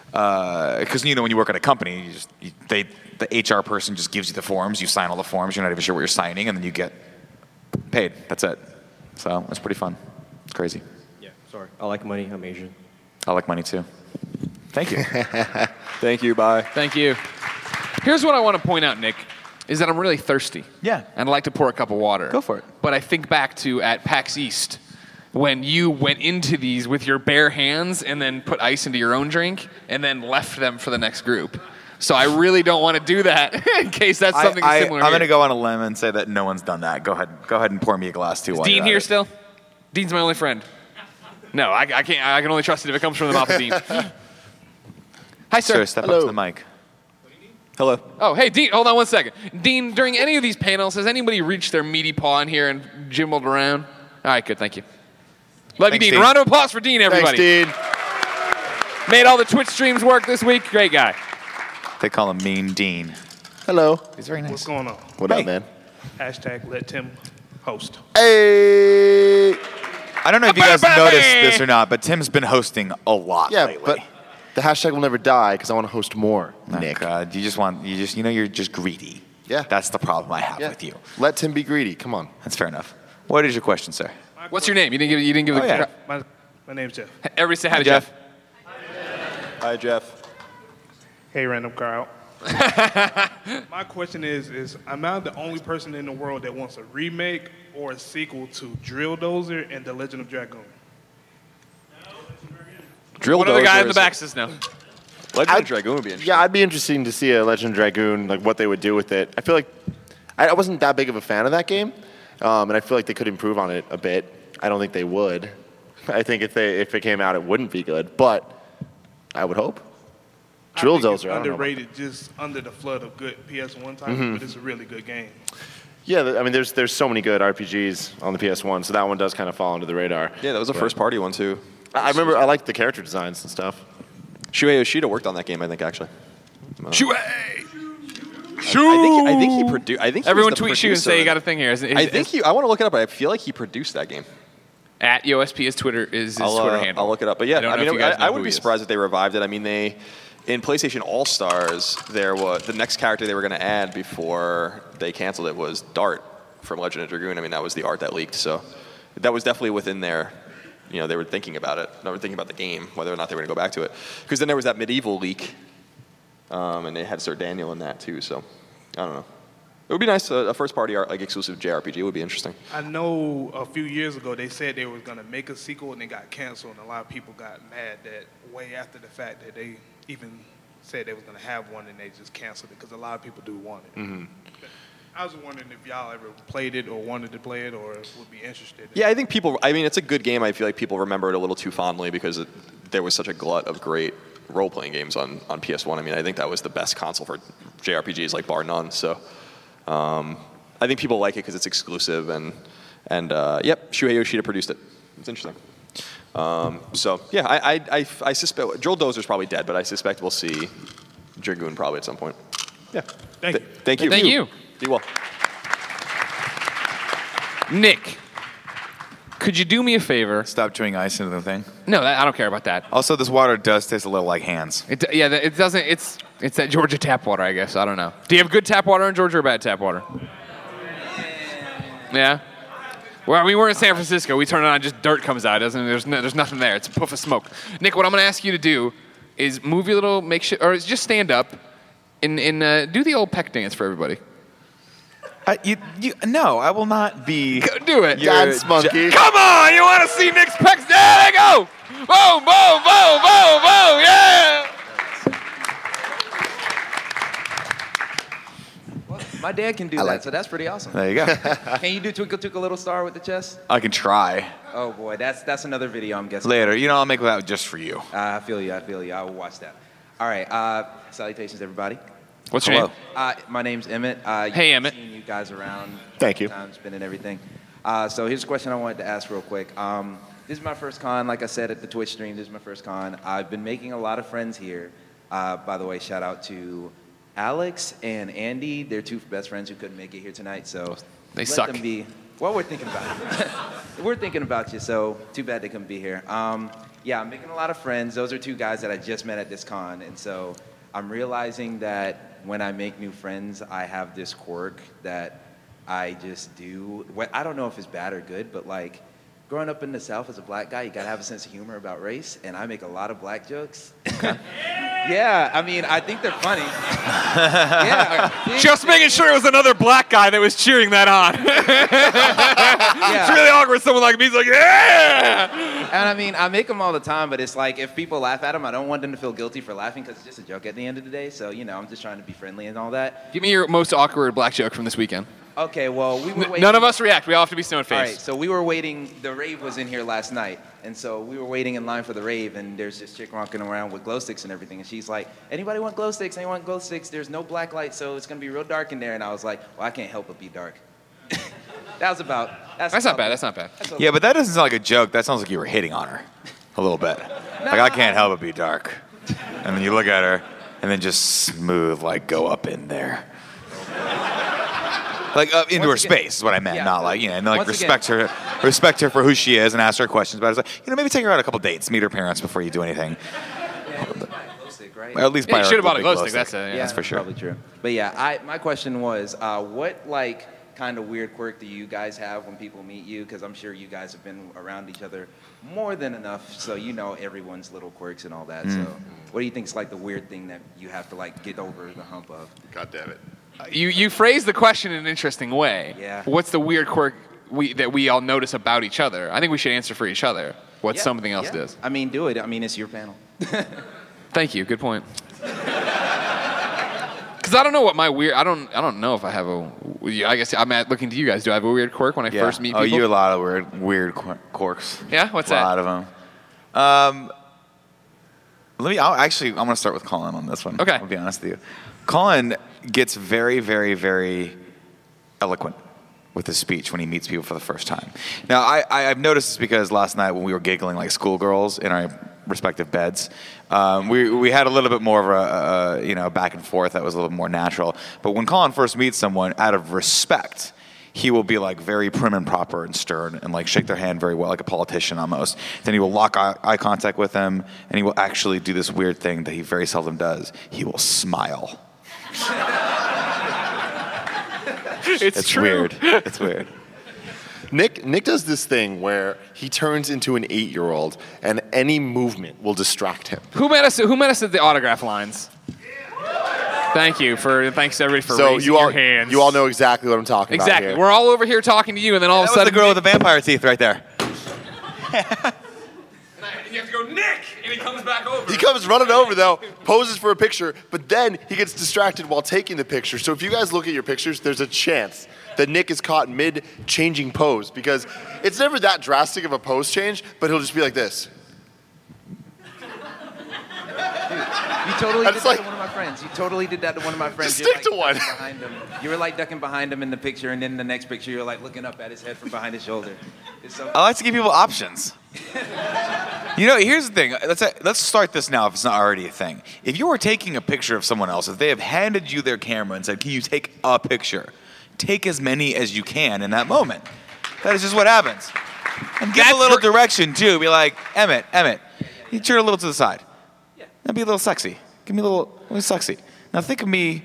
Speaker 7: Because you know when you work at a company, you just you, they the HR person just gives you the forms, you sign all the forms, you're not even sure what you're signing, and then you get paid. That's it. So it's pretty fun. It's crazy.
Speaker 12: Yeah. Sorry. I like money. I'm Asian.
Speaker 7: I like money too. Thank you.
Speaker 5: Thank you. Bye.
Speaker 2: Thank you. Here's what I want to point out, Nick, is that I'm really thirsty.
Speaker 7: Yeah.
Speaker 2: And I'd like to pour a cup of water. Go
Speaker 7: for it.
Speaker 2: But I think back to at PAX East when you went into these with your bare hands and then put ice into your own drink and then left them for the next group. So I really don't want to do that (laughs) in case that's something
Speaker 7: I,
Speaker 2: similar.
Speaker 7: am
Speaker 2: here.
Speaker 7: going to go on a limb and say that no one's done that. Go ahead. Go ahead and pour me a glass too.
Speaker 2: Is
Speaker 7: while
Speaker 2: Dean
Speaker 7: you're at
Speaker 2: here
Speaker 7: it.
Speaker 2: still? Dean's my only friend. No, I, I can't. I can only trust it if it comes from the mouth
Speaker 7: (laughs)
Speaker 2: of Dean. Hi, sir.
Speaker 7: Sir, step up to the mic. Hello.
Speaker 2: Oh, hey, Dean. Hold on one second. Dean, during any of these panels, has anybody reached their meaty paw in here and jimbled around? All right, good. Thank you. Love
Speaker 7: Thanks,
Speaker 2: you, Dean.
Speaker 7: Dean.
Speaker 2: Round of applause for Dean, everybody.
Speaker 1: Thanks,
Speaker 2: Dean. Made all the Twitch streams work this week. Great guy.
Speaker 7: They call him Mean Dean.
Speaker 1: Hello.
Speaker 7: He's very nice.
Speaker 13: What's going on?
Speaker 1: What up, man?
Speaker 13: Hashtag let Tim host.
Speaker 1: Hey.
Speaker 7: I don't know if you guys noticed this or not, but Tim's been hosting a lot
Speaker 1: Yeah,
Speaker 7: lately.
Speaker 1: but the hashtag will never die because I want to host more.
Speaker 7: Oh, God, you just want you just you know you're just greedy.
Speaker 1: Yeah.
Speaker 7: That's the problem I have
Speaker 1: Yeah.
Speaker 7: with you.
Speaker 1: Let Tim be greedy. Come on.
Speaker 7: That's fair enough. What is your question, sir?
Speaker 2: What's your name? You didn't give. You didn't give.
Speaker 7: Oh,
Speaker 2: the
Speaker 7: yeah.
Speaker 2: crap.
Speaker 13: My, my name's Jeff.
Speaker 2: Everybody say hi,
Speaker 7: Hi,
Speaker 2: to Jeff.
Speaker 5: Hi, Jeff.
Speaker 13: Hey,
Speaker 1: (laughs)
Speaker 13: random crowd. my question is: Is am I the only person in the world that wants a remake or a sequel to Drill Dozer and The Legend of Dragoon?
Speaker 5: Drill
Speaker 2: One of the
Speaker 5: Dozer
Speaker 2: guy in the
Speaker 5: is-
Speaker 2: back says no.
Speaker 5: Legend of Dragoon would be interesting.
Speaker 1: Yeah, I'd be interested to see a Legend of Dragoon, like what they would do with it. I feel like I I wasn't that big of a fan of that game, um, and I feel like they could improve on it a bit. I don't think they would. I think if they if it came out, it wouldn't be good. But I would hope. Drill
Speaker 13: think it's
Speaker 1: Dozer, I don't know. about-
Speaker 13: underrated, just under the flood of good PS1 titles,
Speaker 1: Mhm.
Speaker 13: but it's a really good game.
Speaker 1: Yeah, th- I mean, there's there's so many good RPGs on the PS1, so that one does kind of fall under the radar.
Speaker 5: Yeah, that was a
Speaker 1: But
Speaker 5: first party one too.
Speaker 1: I I remember I liked the character designs and stuff.
Speaker 5: Shuhei Yoshida worked on that game, I think, actually. Uh, I think,
Speaker 2: Shoo!
Speaker 5: I think he produced. I think he
Speaker 2: Everyone
Speaker 5: was the
Speaker 2: tweet Shu and say
Speaker 5: producer.
Speaker 2: you got a thing here. Is- is-
Speaker 5: I think
Speaker 2: is-
Speaker 5: he. I want to look it up. but I feel like he produced that game.
Speaker 2: At YoSP is Twitter is his
Speaker 5: I'll, uh,
Speaker 2: Twitter handle.
Speaker 5: I'll look it up. But yeah,
Speaker 2: I don't
Speaker 5: I,
Speaker 2: know
Speaker 5: mean,
Speaker 2: if you
Speaker 5: I,
Speaker 2: guys know
Speaker 5: I
Speaker 2: who
Speaker 5: wouldn't
Speaker 2: he
Speaker 5: be
Speaker 2: is.
Speaker 5: surprised if they revived it. I mean, they in PlayStation All Stars, there was the next character they were going to add before they canceled it was Dart from Legend of Dragoon. I mean, that was the art that leaked, so that was definitely within their. You know, they were thinking about it. They were thinking about the game, whether or not they were going to go back to it. Because then there was that medieval leak, um, and they had Sir Daniel in that too. So I don't know. It would be nice uh, a first party art like exclusive JRPG would be interesting.
Speaker 13: I know a few years ago they said they were going to make a sequel and it got canceled, and a lot of people got mad that way after the fact that they even said they was going to have one and they just canceled it because a lot of people do want it.
Speaker 2: Mm-hmm.
Speaker 13: I was wondering if y'all ever played it or wanted to play it or would be interested.
Speaker 5: Yeah, I think people. I mean, it's a good game. I feel like people remember it a little too fondly because it, there was such a glut of great role-playing games on, on PS1. I mean, I think that was the best console for JRPGs, like bar none. So, um, I think people like it because it's exclusive and and uh, yep, Shuhei Yoshida produced it. It's interesting. Um, so yeah, I, I, I, I suspect Joel Dozer's probably dead, but I suspect we'll see Dragoon probably at some point.
Speaker 10: Yeah.
Speaker 5: Thank you. Thank you.
Speaker 2: Thank you.
Speaker 5: Be well.
Speaker 2: Nick, could you do me a favor?
Speaker 7: Stop chewing ice into the thing.
Speaker 2: No, that, I don't care about that.
Speaker 7: Also, this water does taste a little like hands.
Speaker 2: It, yeah, that- it doesn't. It's it's that Georgia tap water, I guess. I don't know. Do you have good tap water in Georgia or bad tap water? Yeah. Well, we were in San Francisco. We turn it on, just dirt comes out. Doesn't there's no, there's nothing there. It's a puff of smoke. Nick, what I'm going to ask you to do is move your little makeshift, or just stand up, and and uh, do the old peck dance for everybody.
Speaker 7: I, you, you, no, I will not be.
Speaker 2: do it.
Speaker 7: Your Dance monkey.
Speaker 2: Come on, you want to see Nick's pecs? There they go. Boom, boom, boom, boom, boom. Yeah.
Speaker 3: My dad can do that, so that's
Speaker 7: (laughs)
Speaker 3: pretty awesome.
Speaker 7: There you go.
Speaker 3: can you do Twinkle Twinkle Little Star with the chest?
Speaker 7: I can try
Speaker 3: Oh boy, that's that's another video I'm guessing.
Speaker 7: later. You know, I'll make that just for you.
Speaker 3: Uh, I feel you. I feel you. I will watch that. All right. Uh, salutations, everybody.
Speaker 2: What's your Hello. name?
Speaker 3: Uh, my name's Emmett. Uh,
Speaker 2: Hey,
Speaker 3: you've
Speaker 2: Emmett.
Speaker 3: Seen you guys around.
Speaker 1: Thank you.
Speaker 3: Times been in everything. Uh, so here's a question I wanted to ask real quick. Um, this is my first con. Like I said at the Twitch stream, this is my first con. I've been making a lot of friends here. Uh, by the way, shout out to Alex and Andy. They're two best friends who couldn't make it here tonight. So
Speaker 2: They
Speaker 3: let
Speaker 2: suck.
Speaker 3: them be. Well, we're thinking about it. (laughs) we're thinking about you. So too bad they couldn't be here. Um, yeah, I'm making a lot of friends. Those are two guys that I just met at this con, and so I'm realizing that when I make new friends, I have this quirk that I just do. What I don't know if it's bad or good, but like growing up in the South as a black guy, you gotta have a sense of humor about race, and I make a lot of black jokes. (laughs) yeah, I mean, I think they're funny. yeah,
Speaker 2: Just making sure it was another black guy that was cheering that on. (laughs) It's really awkward. Someone like me's like, yeah.
Speaker 3: and I mean, I make them all the time, but it's like if people laugh at them, I don't want them to feel guilty for laughing because it's just a joke at the end of the day. So you know, I'm just trying to be friendly and all that.
Speaker 2: Give me your most awkward black joke from this weekend.
Speaker 3: Okay, well, we were
Speaker 2: N-
Speaker 3: waiting.
Speaker 2: none of us react. We all have to be stone
Speaker 3: All
Speaker 2: faced.
Speaker 3: right, so we were waiting. The rave was in here last night, and so we were waiting in line for the rave. And there's this chick walking around with glow sticks and everything, and she's like, "Anybody want glow sticks? Anyone want glow sticks? There's no black light, so it's gonna be real dark in there." And I was like, "Well, I can't help but be dark." (laughs) that was about. That's,
Speaker 2: That's not bad. That's not bad.
Speaker 7: Yeah, but that doesn't sound like a joke. That sounds like you were hitting on her a little bit. Like, I can't help but be dark. And then you look at her, and then just smooth, like, go up in there. Like, up into her
Speaker 3: Once again-
Speaker 7: space is what I meant,
Speaker 3: Yeah.
Speaker 7: not like, you know, and like,
Speaker 3: Once again-
Speaker 7: respect her respect her for who she is and ask her questions. But it's like, you know, maybe take her out a couple dates, meet her parents before you do anything.
Speaker 3: glow stick, right?
Speaker 7: Or at least
Speaker 2: Yeah,
Speaker 7: buy
Speaker 2: you
Speaker 7: her
Speaker 2: should've bought a
Speaker 7: big
Speaker 2: glow stick, that's it, yeah.
Speaker 7: That's for sure.
Speaker 3: Probably true. But yeah, I my question was, uh, what like kind of weird quirk do you guys have when people meet you? Because I'm sure you guys have been around each other more than enough, so you know everyone's little quirks and all that.
Speaker 2: Mm.
Speaker 3: So, what do you think is like the weird thing that you have to like get over the hump of?
Speaker 1: God damn it.
Speaker 2: Uh, You you phrased the question in an interesting way.
Speaker 3: Yeah.
Speaker 2: What's the weird quirk we that we all notice about each other? I think we should answer for each other. What
Speaker 3: Yeah,
Speaker 2: something else
Speaker 3: yeah.
Speaker 2: does.
Speaker 3: I mean, do it. I mean, it's
Speaker 2: (laughs)
Speaker 3: your panel.
Speaker 2: Thank you. Good point. (laughs) Because I don't know what my weird. I don't. I don't know if I have a. I guess I'm at, looking to you guys. Do I have a weird quirk when I
Speaker 7: Yeah.
Speaker 2: first meet
Speaker 7: oh,
Speaker 2: people?
Speaker 7: you have a lot of weird, weird quir- quirks.
Speaker 2: Yeah? What's
Speaker 7: a
Speaker 2: that?
Speaker 7: lot of them. Um, let me. I'll, actually, I'm gonna start with Colin on this one. Okay. I'll be honest with you. Colin gets very, very, very eloquent with his speech when he meets people for the first time. Now, I, I, I've noticed this because last night when we were giggling like schoolgirls in our respective beds, um, we, we had a little bit more of a, a you know back and forth that was a little more natural. But when Colin first meets someone, out of respect, he will be like very prim and proper and stern and like shake their hand very well, like a politician almost. Then he will lock eye, eye contact with them, and he will actually do this weird thing that he very seldom does. He will smile.
Speaker 2: it's,
Speaker 7: it's
Speaker 2: true.
Speaker 7: weird.
Speaker 2: (laughs)
Speaker 7: It's weird.
Speaker 1: Nick Nick does this thing where he turns into an eight year old, and any movement will distract him.
Speaker 2: Who met us? Who met us at the autograph lines? Thank you for. Thanks everybody for
Speaker 1: so
Speaker 2: raising
Speaker 1: you all
Speaker 2: your hands.
Speaker 1: you all know exactly what I'm talking
Speaker 2: exactly.
Speaker 1: about.
Speaker 2: We're all over here talking to you, and then all of a
Speaker 7: That was the
Speaker 2: sudden,
Speaker 7: girl with the vampire teeth right there.
Speaker 2: you have to go Nick, and he comes back over.
Speaker 1: He comes running over though, poses for a picture, but then he gets distracted while taking the picture. So if you guys look at your pictures, there's a chance that Nick is caught mid changing pose because it's never that drastic of a pose change, but he'll just be like this.
Speaker 3: You totally
Speaker 1: I'm
Speaker 3: did
Speaker 1: just
Speaker 3: that
Speaker 1: like,
Speaker 3: to one of my friends. You totally did that to one of my friends.
Speaker 1: Just
Speaker 3: You're,
Speaker 1: stick
Speaker 3: like,
Speaker 1: to
Speaker 3: ducking Behind him. You were like ducking behind him in the picture, and then the next picture, you're like looking up at his head from behind his shoulder. It's so
Speaker 7: I like to give people options. you know, here's the thing. Let's let's start this now if it's not already a thing. If you were taking a picture of someone else, if they have handed you their camera and said, "Can you take a picture?" Take as many as you can in that moment. That is just what happens. And give a little direction too. Be like, Emmett, Emmett, you turn a little to the side. That'd be a little sexy. Give me a little, a little sexy. Now think of me,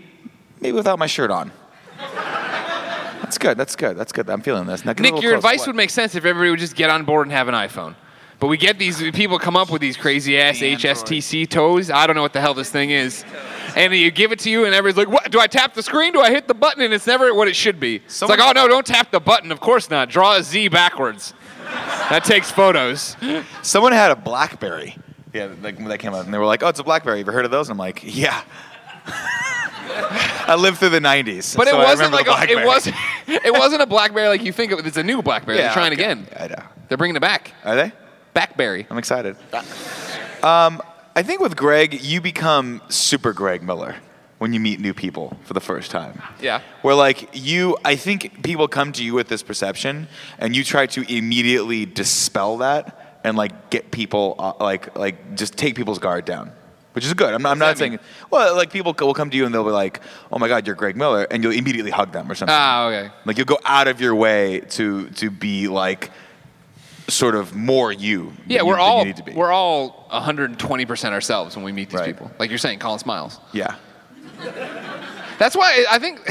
Speaker 7: maybe without my shirt on. That's good. That's good. That's good. I'm feeling this. Now get a
Speaker 2: Nick,
Speaker 7: little
Speaker 2: your
Speaker 7: closer.
Speaker 2: advice
Speaker 7: What?
Speaker 2: would make sense if everybody would just get on board and have an iPhone. But we get these people come up with these crazy ass HSTC toes. I don't know what the hell this thing is. And you give it to you, and everybody's like, "What? Do I tap the screen? Do I hit the button?" And it's never what it should be. it's like, "Oh no, don't tap the button. Of course not. Draw a Z backwards. that takes photos."
Speaker 7: Someone had a BlackBerry. Yeah, like when that came out, and they were like, "Oh, it's a BlackBerry. You ever heard of those?" And I'm like, "Yeah." (laughs) I lived through the '90s,
Speaker 2: But
Speaker 7: so
Speaker 2: it
Speaker 7: I
Speaker 2: wasn't
Speaker 7: remember
Speaker 2: like
Speaker 7: the
Speaker 2: a, it
Speaker 7: BlackBerry.
Speaker 2: wasn't (laughs) it wasn't a BlackBerry like you think of it. It's a new BlackBerry.
Speaker 7: Yeah,
Speaker 2: They're trying
Speaker 7: okay.
Speaker 2: again.
Speaker 7: I know.
Speaker 2: They're bringing it back.
Speaker 7: Are they?
Speaker 2: Backberry.
Speaker 7: I'm excited. Um, I think with Greg, you become super Greg Miller when you meet new people for the first time.
Speaker 2: Yeah.
Speaker 7: Where like you, I think people come to you with this perception, and you try to immediately dispel that and like get people uh, like like just take people's guard down, which is good. I'm not, I'm not saying well like people will come to you and they'll be like, oh my god, you're Greg Miller, and you'll immediately hug them or something.
Speaker 2: Ah, okay.
Speaker 7: Like you'll go out of your way to to be like sort of more you. than
Speaker 2: Yeah,
Speaker 7: you-
Speaker 2: we're
Speaker 7: than you
Speaker 2: all
Speaker 7: need to be.
Speaker 2: we're all 120% ourselves when we meet these people. Like you're saying, Colin Smiles.
Speaker 7: Yeah.
Speaker 2: That's why I think.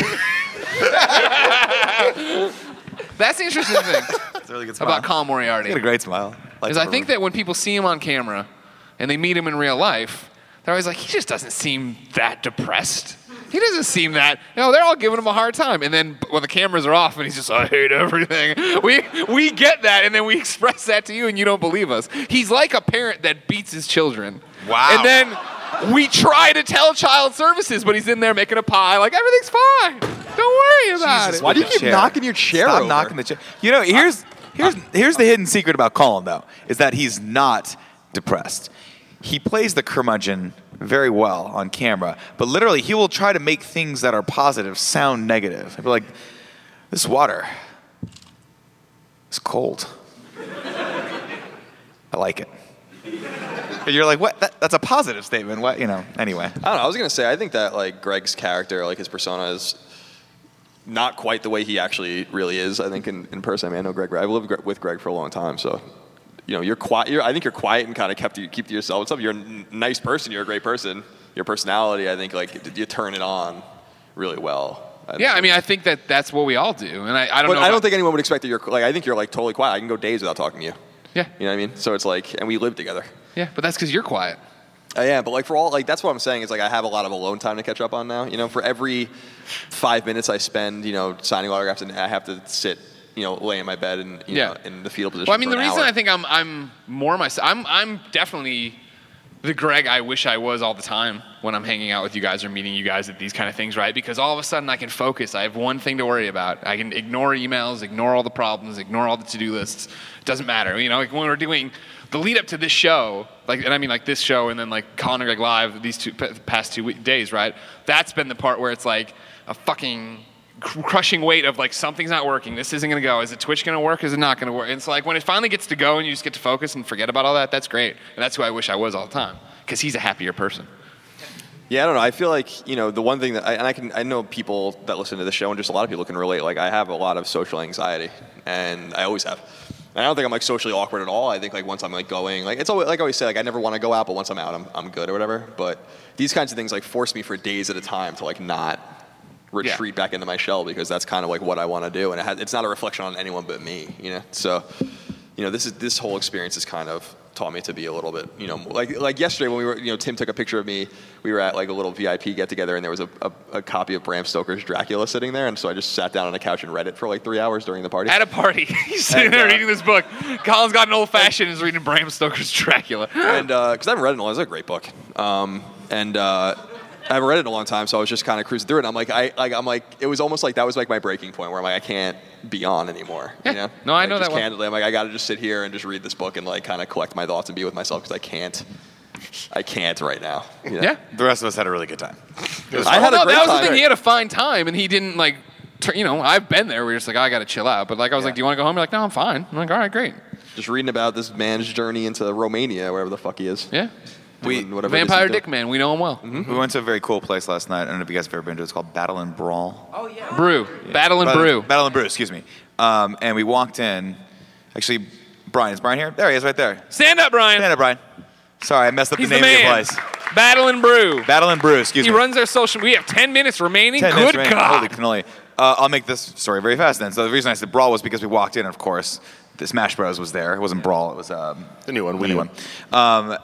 Speaker 2: That's the interesting thing
Speaker 7: It's a really good (laughs) smile.
Speaker 2: about Colin Moriarty.
Speaker 7: He's got a great smile. Like
Speaker 2: Because I think that when people see him on camera and they meet him in real life, they're always like, he just doesn't seem that depressed. He doesn't seem that. You know, they're all giving him a hard time. And then when the cameras are off and he's just, I hate everything, (laughs) we, we get that and then we (laughs) express that to you and you don't believe us. He's like a parent that beats his children.
Speaker 7: Wow.
Speaker 2: And then we try to tell child services, but he's in there making a pie, like, everything's fine. Don't worry about it.
Speaker 7: with the chair. Stop knocking the chair. You know, here's here's here's the hidden secret about Colin though, is that he's not depressed. He plays the curmudgeon very well on camera, but literally he will try to make things that are positive sound negative. He'll be like, "This water, it's cold. I like it." And you're like, "What? That, that's a positive statement. What? You know?" Anyway.
Speaker 5: I don't know. I was gonna say I think that like Greg's character, like his persona, is not quite the way he actually really is. I think in, in person, I mean, I know Greg. I've lived Gre- with Greg for a long time, so you know, you're quiet. You're, I think you're quiet and kind of kept to, keep to yourself. It's up. You're a n- nice person. You're a great person. Your personality, I think, like you turn it on really well.
Speaker 2: Yeah, I mean, I think that that's what we all do. And I, I don't
Speaker 5: but
Speaker 2: know.
Speaker 5: I don't
Speaker 2: about-
Speaker 5: think anyone would expect that you're like. I think you're like totally quiet. I can go days without talking to you.
Speaker 2: Yeah.
Speaker 5: You know what I mean? So it's like, and we live together.
Speaker 2: yeah, but that's because you're quiet.
Speaker 5: I am, Uh, but like for all like that's what I'm saying is like I have a lot of alone time to catch up on now. You know, for every five minutes I spend, you know, signing autographs, and I have to sit, you know, lay in my bed and you
Speaker 2: Yeah.
Speaker 5: know, in the fetal position.
Speaker 2: Well, I mean,
Speaker 5: for
Speaker 2: the
Speaker 5: an
Speaker 2: reason
Speaker 5: hour.
Speaker 2: I think I'm I'm more myself. I'm I'm definitely the Greg I wish I was all the time when I'm hanging out with you guys or meeting you guys at these kind of things, right? Because all of a sudden I can focus. I have one thing to worry about. I can ignore emails, ignore all the problems, ignore all the to-do lists. It doesn't matter. You know, like when we're doing the lead up to this show, like, and I mean like this show and then like Colin and Greg Live these two p- past two week- days, right? That's been the part where it's like a fucking cr- crushing weight of like something's not working. This isn't gonna go. Is the Twitch gonna work? Is it not gonna work? And so like when it finally gets to go and you just get to focus and forget about all that, that's great. And that's who I wish I was all the time because he's a happier person.
Speaker 5: Yeah, I don't know. I feel like you know the one thing that, I, and I can, I know people that listen to the show, and just a lot of people can relate. Like I have a lot of social anxiety, and I always have. And I don't think I'm like socially awkward at all. I think like once I'm like going, like it's always like I always say, like I never want to go out, but once I'm out, I'm I'm good or whatever. But these kinds of things like force me for days at a time to like not retreat back into my shell because that's kind of like what I want to do, and it has, it's not a reflection on anyone but me, you know. So, you know, this is this whole experience has kind of taught me to be a little bit, you know, more- like like yesterday when we were, you know, Tim took a picture of me. We were at like a little VIP get together, and there was a, a, a copy of Bram Stoker's Dracula sitting there, and so I just sat down on a couch and read it for like three hours during the party.
Speaker 2: At a (laughs) party, he's sitting there reading this book. Colin's got an old fashioned and is reading Bram Stoker's Dracula.
Speaker 5: (laughs) and because I haven't read it in a while, it's a great book. Um, and uh, I haven't read it in a long time, so I was just kind of cruising through it. And I'm like, I like, I'm like, it was almost like that was like my breaking point where I'm like, I can't be on anymore. You know?
Speaker 2: No, I
Speaker 5: Like,
Speaker 2: know
Speaker 5: just
Speaker 2: that one.
Speaker 5: Candidly, I'm like, I got to just sit here and just read this book and like kind of collect my thoughts and be with myself because I can't I can't right now.
Speaker 2: Yeah.
Speaker 7: The rest of us had a really good time.
Speaker 2: I had Oh, no, that was the thing. He had a fine time, and he didn't like. Tur- you know, I've been there. We're just like, "Oh, I got to chill out. But like, I was like, do you want to go home? You're like, no, I'm fine. I'm like, all right, great.
Speaker 5: Just reading about this man's journey into Romania, wherever the fuck he is.
Speaker 2: Yeah.
Speaker 5: We, whatever it is
Speaker 2: Vampire
Speaker 5: he's doing.
Speaker 2: Dick Man. We know him well.
Speaker 7: Mm-hmm. We went to a very cool place last night. I don't know if you guys have ever been to it. It's called Battle and Brawl.
Speaker 2: Oh yeah. Brew. Battle and Brew.
Speaker 7: Battle and Brew, excuse me. Um, and we walked in. Actually, Brian, is Brian here? There he is right there.
Speaker 2: Stand up, Brian.
Speaker 7: Stand up, Brian. Sorry, I messed up
Speaker 2: He's
Speaker 7: the
Speaker 2: the
Speaker 7: name of your
Speaker 2: man.
Speaker 7: place.
Speaker 2: Battle and Brew.
Speaker 7: Battle and Brew, excuse
Speaker 2: He
Speaker 7: me.
Speaker 2: runs our social. We have ten minutes remaining.
Speaker 7: 10 minutes
Speaker 2: Good
Speaker 7: remaining.
Speaker 2: God.
Speaker 7: Holy cannoli. Uh, I'll make this story very fast then. So the reason I said Brawl was because we walked in, of course. The Smash Bros. was there. It wasn't Brawl. It was um, the new one. The new one. Um,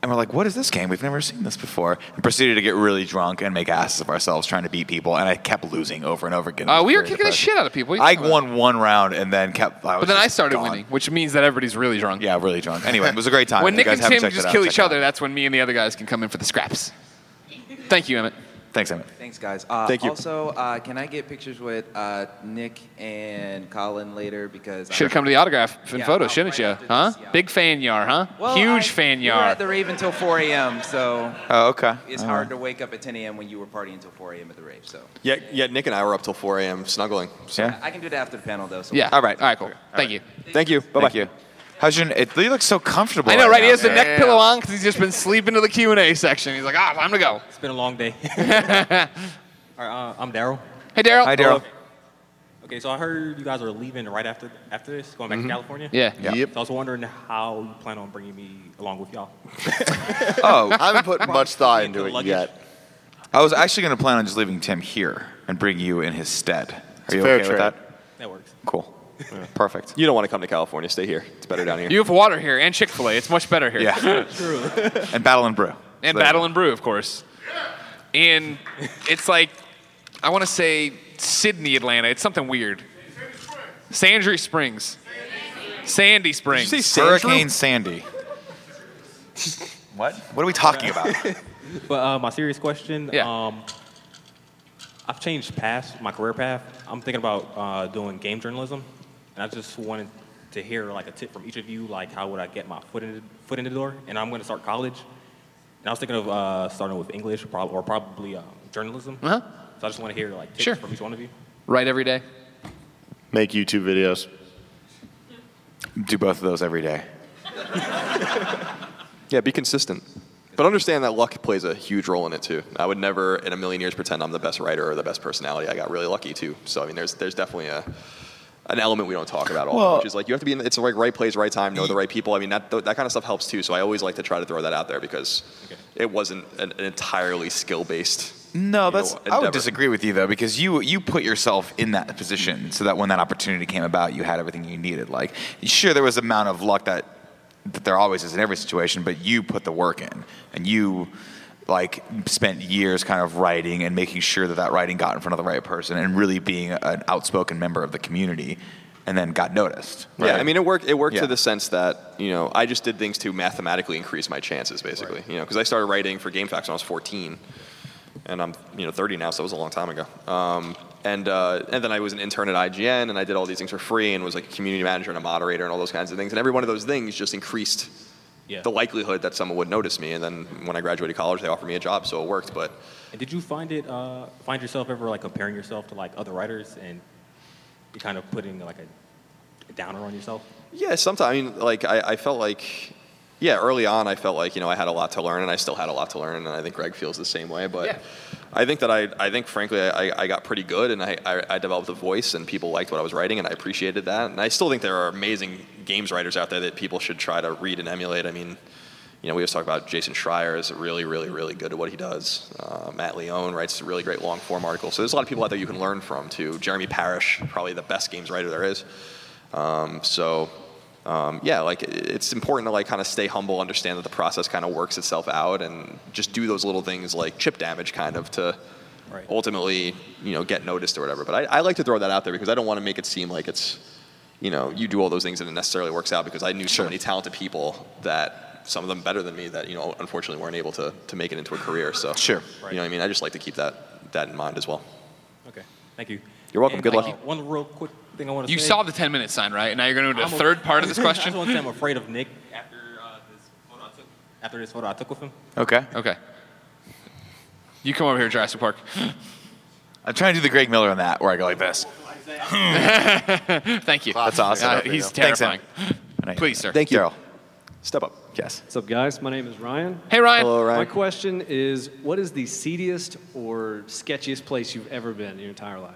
Speaker 7: and we're like, what is this game? We've never seen this before. And proceeded to get really drunk and make asses of ourselves trying to beat people. And I kept losing over and over again. It
Speaker 2: Uh,
Speaker 7: was
Speaker 2: we were
Speaker 7: very
Speaker 2: kicking the
Speaker 7: depressing.
Speaker 2: shit out of people. What are
Speaker 7: I
Speaker 2: you talking about?
Speaker 7: won one round and then kept. I was
Speaker 2: But then I
Speaker 7: just
Speaker 2: started
Speaker 7: gone.
Speaker 2: winning, which means that everybody's really drunk.
Speaker 7: Yeah, really drunk. Anyway, it was a great time.
Speaker 2: When
Speaker 7: You
Speaker 2: Nick
Speaker 7: guys
Speaker 2: and
Speaker 7: haven't
Speaker 2: Tim
Speaker 7: checked it
Speaker 2: just
Speaker 7: out,
Speaker 2: kill
Speaker 7: check
Speaker 2: each other, that's when me and the other guys can come in for the scraps. Thank you, Emmett.
Speaker 7: Thanks, Emmett.
Speaker 3: Thanks, guys. Uh,
Speaker 7: Thank you.
Speaker 3: Also, uh, can I get pictures with uh, Nick and Colin later because
Speaker 2: Should have come to the autograph in
Speaker 3: Yeah,
Speaker 2: photo,
Speaker 3: I'll
Speaker 2: shouldn't you? Huh? Big fan yar, huh?
Speaker 3: Well,
Speaker 2: Huge
Speaker 3: I-
Speaker 2: fan
Speaker 3: We were
Speaker 2: yar.
Speaker 3: at the Rave until 4 a.m., so
Speaker 7: Oh, okay.
Speaker 3: it's hard to wake up at 10 a.m. when you were partying until 4 a.m. at the Rave. So
Speaker 5: Yeah, yeah. Nick and I were up till 4 a.m. snuggling. So.
Speaker 3: I can do it after the panel, though. So
Speaker 5: Yeah.
Speaker 3: we'll-
Speaker 5: All right. All right,
Speaker 2: cool. Thank you.
Speaker 5: Thank you. Bye
Speaker 7: Thank you. How's your? It, you look so comfortable.
Speaker 2: I know, right? He
Speaker 7: now.
Speaker 2: has the
Speaker 7: Yeah.
Speaker 2: neck pillow on because he's just been sleeping to the Q and A section. He's like, ah, time to go.
Speaker 14: It's been a long (laughs) day. All
Speaker 2: right,
Speaker 14: uh, I'm Daryl.
Speaker 2: Hey, Daryl. Hi, Daryl.
Speaker 14: Hello. Okay, so I heard you guys are leaving right after after this, going back
Speaker 5: Mm-hmm.
Speaker 2: Mhm.
Speaker 14: to California.
Speaker 2: Yeah. Yeah. Yep.
Speaker 14: So I was wondering how you plan on bringing me along with y'all.
Speaker 1: Oh,
Speaker 7: (laughs)
Speaker 1: I haven't
Speaker 2: (laughs)
Speaker 1: put much thought into it yet.
Speaker 7: I was actually going to plan on just leaving Tim here and bring you in his stead. Are
Speaker 5: It's a
Speaker 7: you
Speaker 5: fair
Speaker 7: okay with
Speaker 5: trade.
Speaker 7: that?
Speaker 14: That works.
Speaker 7: Cool. Perfect.
Speaker 5: You don't want to come to California. Stay here. It's better down here.
Speaker 2: You have water here and Chick Fil A. It's much better here.
Speaker 3: (laughs)
Speaker 5: Yeah.
Speaker 7: and Battle and Brew.
Speaker 2: and Battle and Brew, of course. And it's like, I want to say Sydney, Atlanta. It's something weird. Sandry Springs. Sandy Springs.
Speaker 7: Hurricane Sandy. what? What are we talking about?
Speaker 14: (laughs) but uh, my serious question. Um, I've changed paths, my career path. I'm thinking about uh, doing game journalism, and I just wanted to hear like a tip from each of you, like how would I get my foot in foot in the door? And I'm going to start college, and I was thinking of uh, starting with English, prob- or probably um, journalism.
Speaker 2: Uh-huh.
Speaker 14: So I just want to hear like tips from each one of you.
Speaker 2: Right every day.
Speaker 1: Make YouTube videos.
Speaker 7: Do both of those every day.
Speaker 5: (laughs) Yeah, be consistent. But understand that luck plays a huge role in it too. I would never in a million years pretend I'm the best writer or the best personality. I got really lucky too. So I mean there's there's definitely a an element we don't talk about all,
Speaker 7: Well-
Speaker 5: which is like you have to be in it's the right, right place, right time, know the right people. I mean that that kind of stuff helps too. So I always like to try to throw that out there because it wasn't an, an entirely skill based.
Speaker 7: No, that's. I
Speaker 5: endeavor.
Speaker 7: would disagree with you though, because you you put yourself in that position so that when that opportunity came about, you had everything you needed. Like, sure, there was an amount of luck that, that there always is in every situation, but you put the work in, and you like spent years kind of writing and making sure that that writing got in front of the right person, and really being an outspoken member of the community, and then got noticed.
Speaker 5: Yeah, I mean it worked. It worked
Speaker 7: Yeah.
Speaker 5: to the sense that you know I just did things to mathematically increase my chances, basically. You know, because I started writing for GameFAQs when I was 14, and I'm you know 30 now, so it was a long time ago. Um, and uh, and then I was an intern at IGN, and I did all these things for free, and was like a community manager and a moderator and all those kinds of things. And every one of those things just increased
Speaker 14: Yeah.
Speaker 5: the likelihood that someone would notice me. And then when I graduated college, they offered me a job, so it worked. But
Speaker 14: And did you find it uh, find yourself ever like comparing yourself to like other writers and you kind of putting like a downer on yourself?
Speaker 5: Yeah, sometimes. I mean, like I, I felt like, yeah, early on, I felt like you know I had a lot to learn, and I still had a lot to learn, and I think Greg feels the same way. But I think that I, I think frankly, I, I- I got pretty good, and I, I, I developed a voice, and people liked what I was writing, and I appreciated that. And I still think there are amazing games writers out there that people should try to read and emulate. I mean. You know, we always talk about Jason Schreier is really, really, really good at what he does. Uh, Matt Leone writes really great long form articles. So there's a lot of people out there you can learn from too. Jeremy Parrish, probably the best games writer there is. Um, so, um, yeah, like it- it's important to like kind of stay humble, understand that the process kind of works itself out, and just do those little things like chip damage, kind of to ultimately, you know, get noticed or whatever. But I, I like to throw that out there because I don't want to make it seem like it's, you know, you do all those things and it necessarily works out. Because I knew so many talented people that some of them better than me that you know unfortunately weren't able to to make it into a career. So
Speaker 7: sure,
Speaker 5: you know, what I mean, I just like to keep that that in mind as well.
Speaker 14: Okay, thank you.
Speaker 5: You're welcome.
Speaker 14: And,
Speaker 5: Good
Speaker 14: like,
Speaker 5: luck.
Speaker 14: One real quick thing I want to
Speaker 2: You
Speaker 14: say.
Speaker 2: saw the 10 minute sign, right? And now you're going to the
Speaker 14: (laughs) I'm a-
Speaker 2: third part of this
Speaker 14: I just
Speaker 2: question?
Speaker 14: want to say I'm afraid of Nick after uh, this photo I took. after this photo I took with him.
Speaker 7: Okay.
Speaker 2: Okay. You come over here, Jurassic Park.
Speaker 7: I'm trying to do the Greg Miller on that, where I go like this.
Speaker 2: (laughs) Thank you.
Speaker 7: That's awesome.
Speaker 2: Uh, he's
Speaker 7: Thanks,
Speaker 2: terrifying.
Speaker 7: Em.
Speaker 2: Please, sir.
Speaker 7: Thank you. Daryl.
Speaker 5: Step up. Yes.
Speaker 12: What's up, guys? My name is Ryan.
Speaker 2: Hey, Ryan.
Speaker 5: Hello, Ryan.
Speaker 12: My question is what is the seediest or sketchiest place you've ever been in your entire life?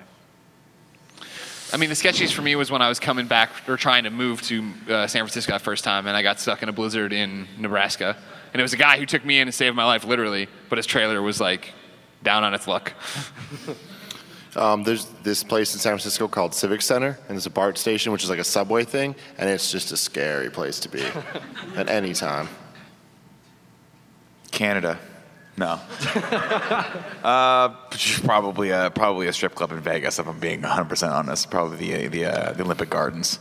Speaker 2: I mean, the sketchiest for me was when I was coming back or trying to move to uh, San Francisco that first time, and I got stuck in a blizzard in Nebraska. And it was a guy who took me in and saved my life, literally, but his trailer was like down on its luck.
Speaker 1: Um, there's this place in San Francisco called Civic Center, and there's a BART station, which is like a subway thing, and it's just a scary place
Speaker 2: (laughs)
Speaker 1: to be at any time.
Speaker 7: Canada. No. (laughs) uh, probably a probably a strip club in Vegas. If I'm being 100 percent honest, probably the the, uh, the Olympic Gardens.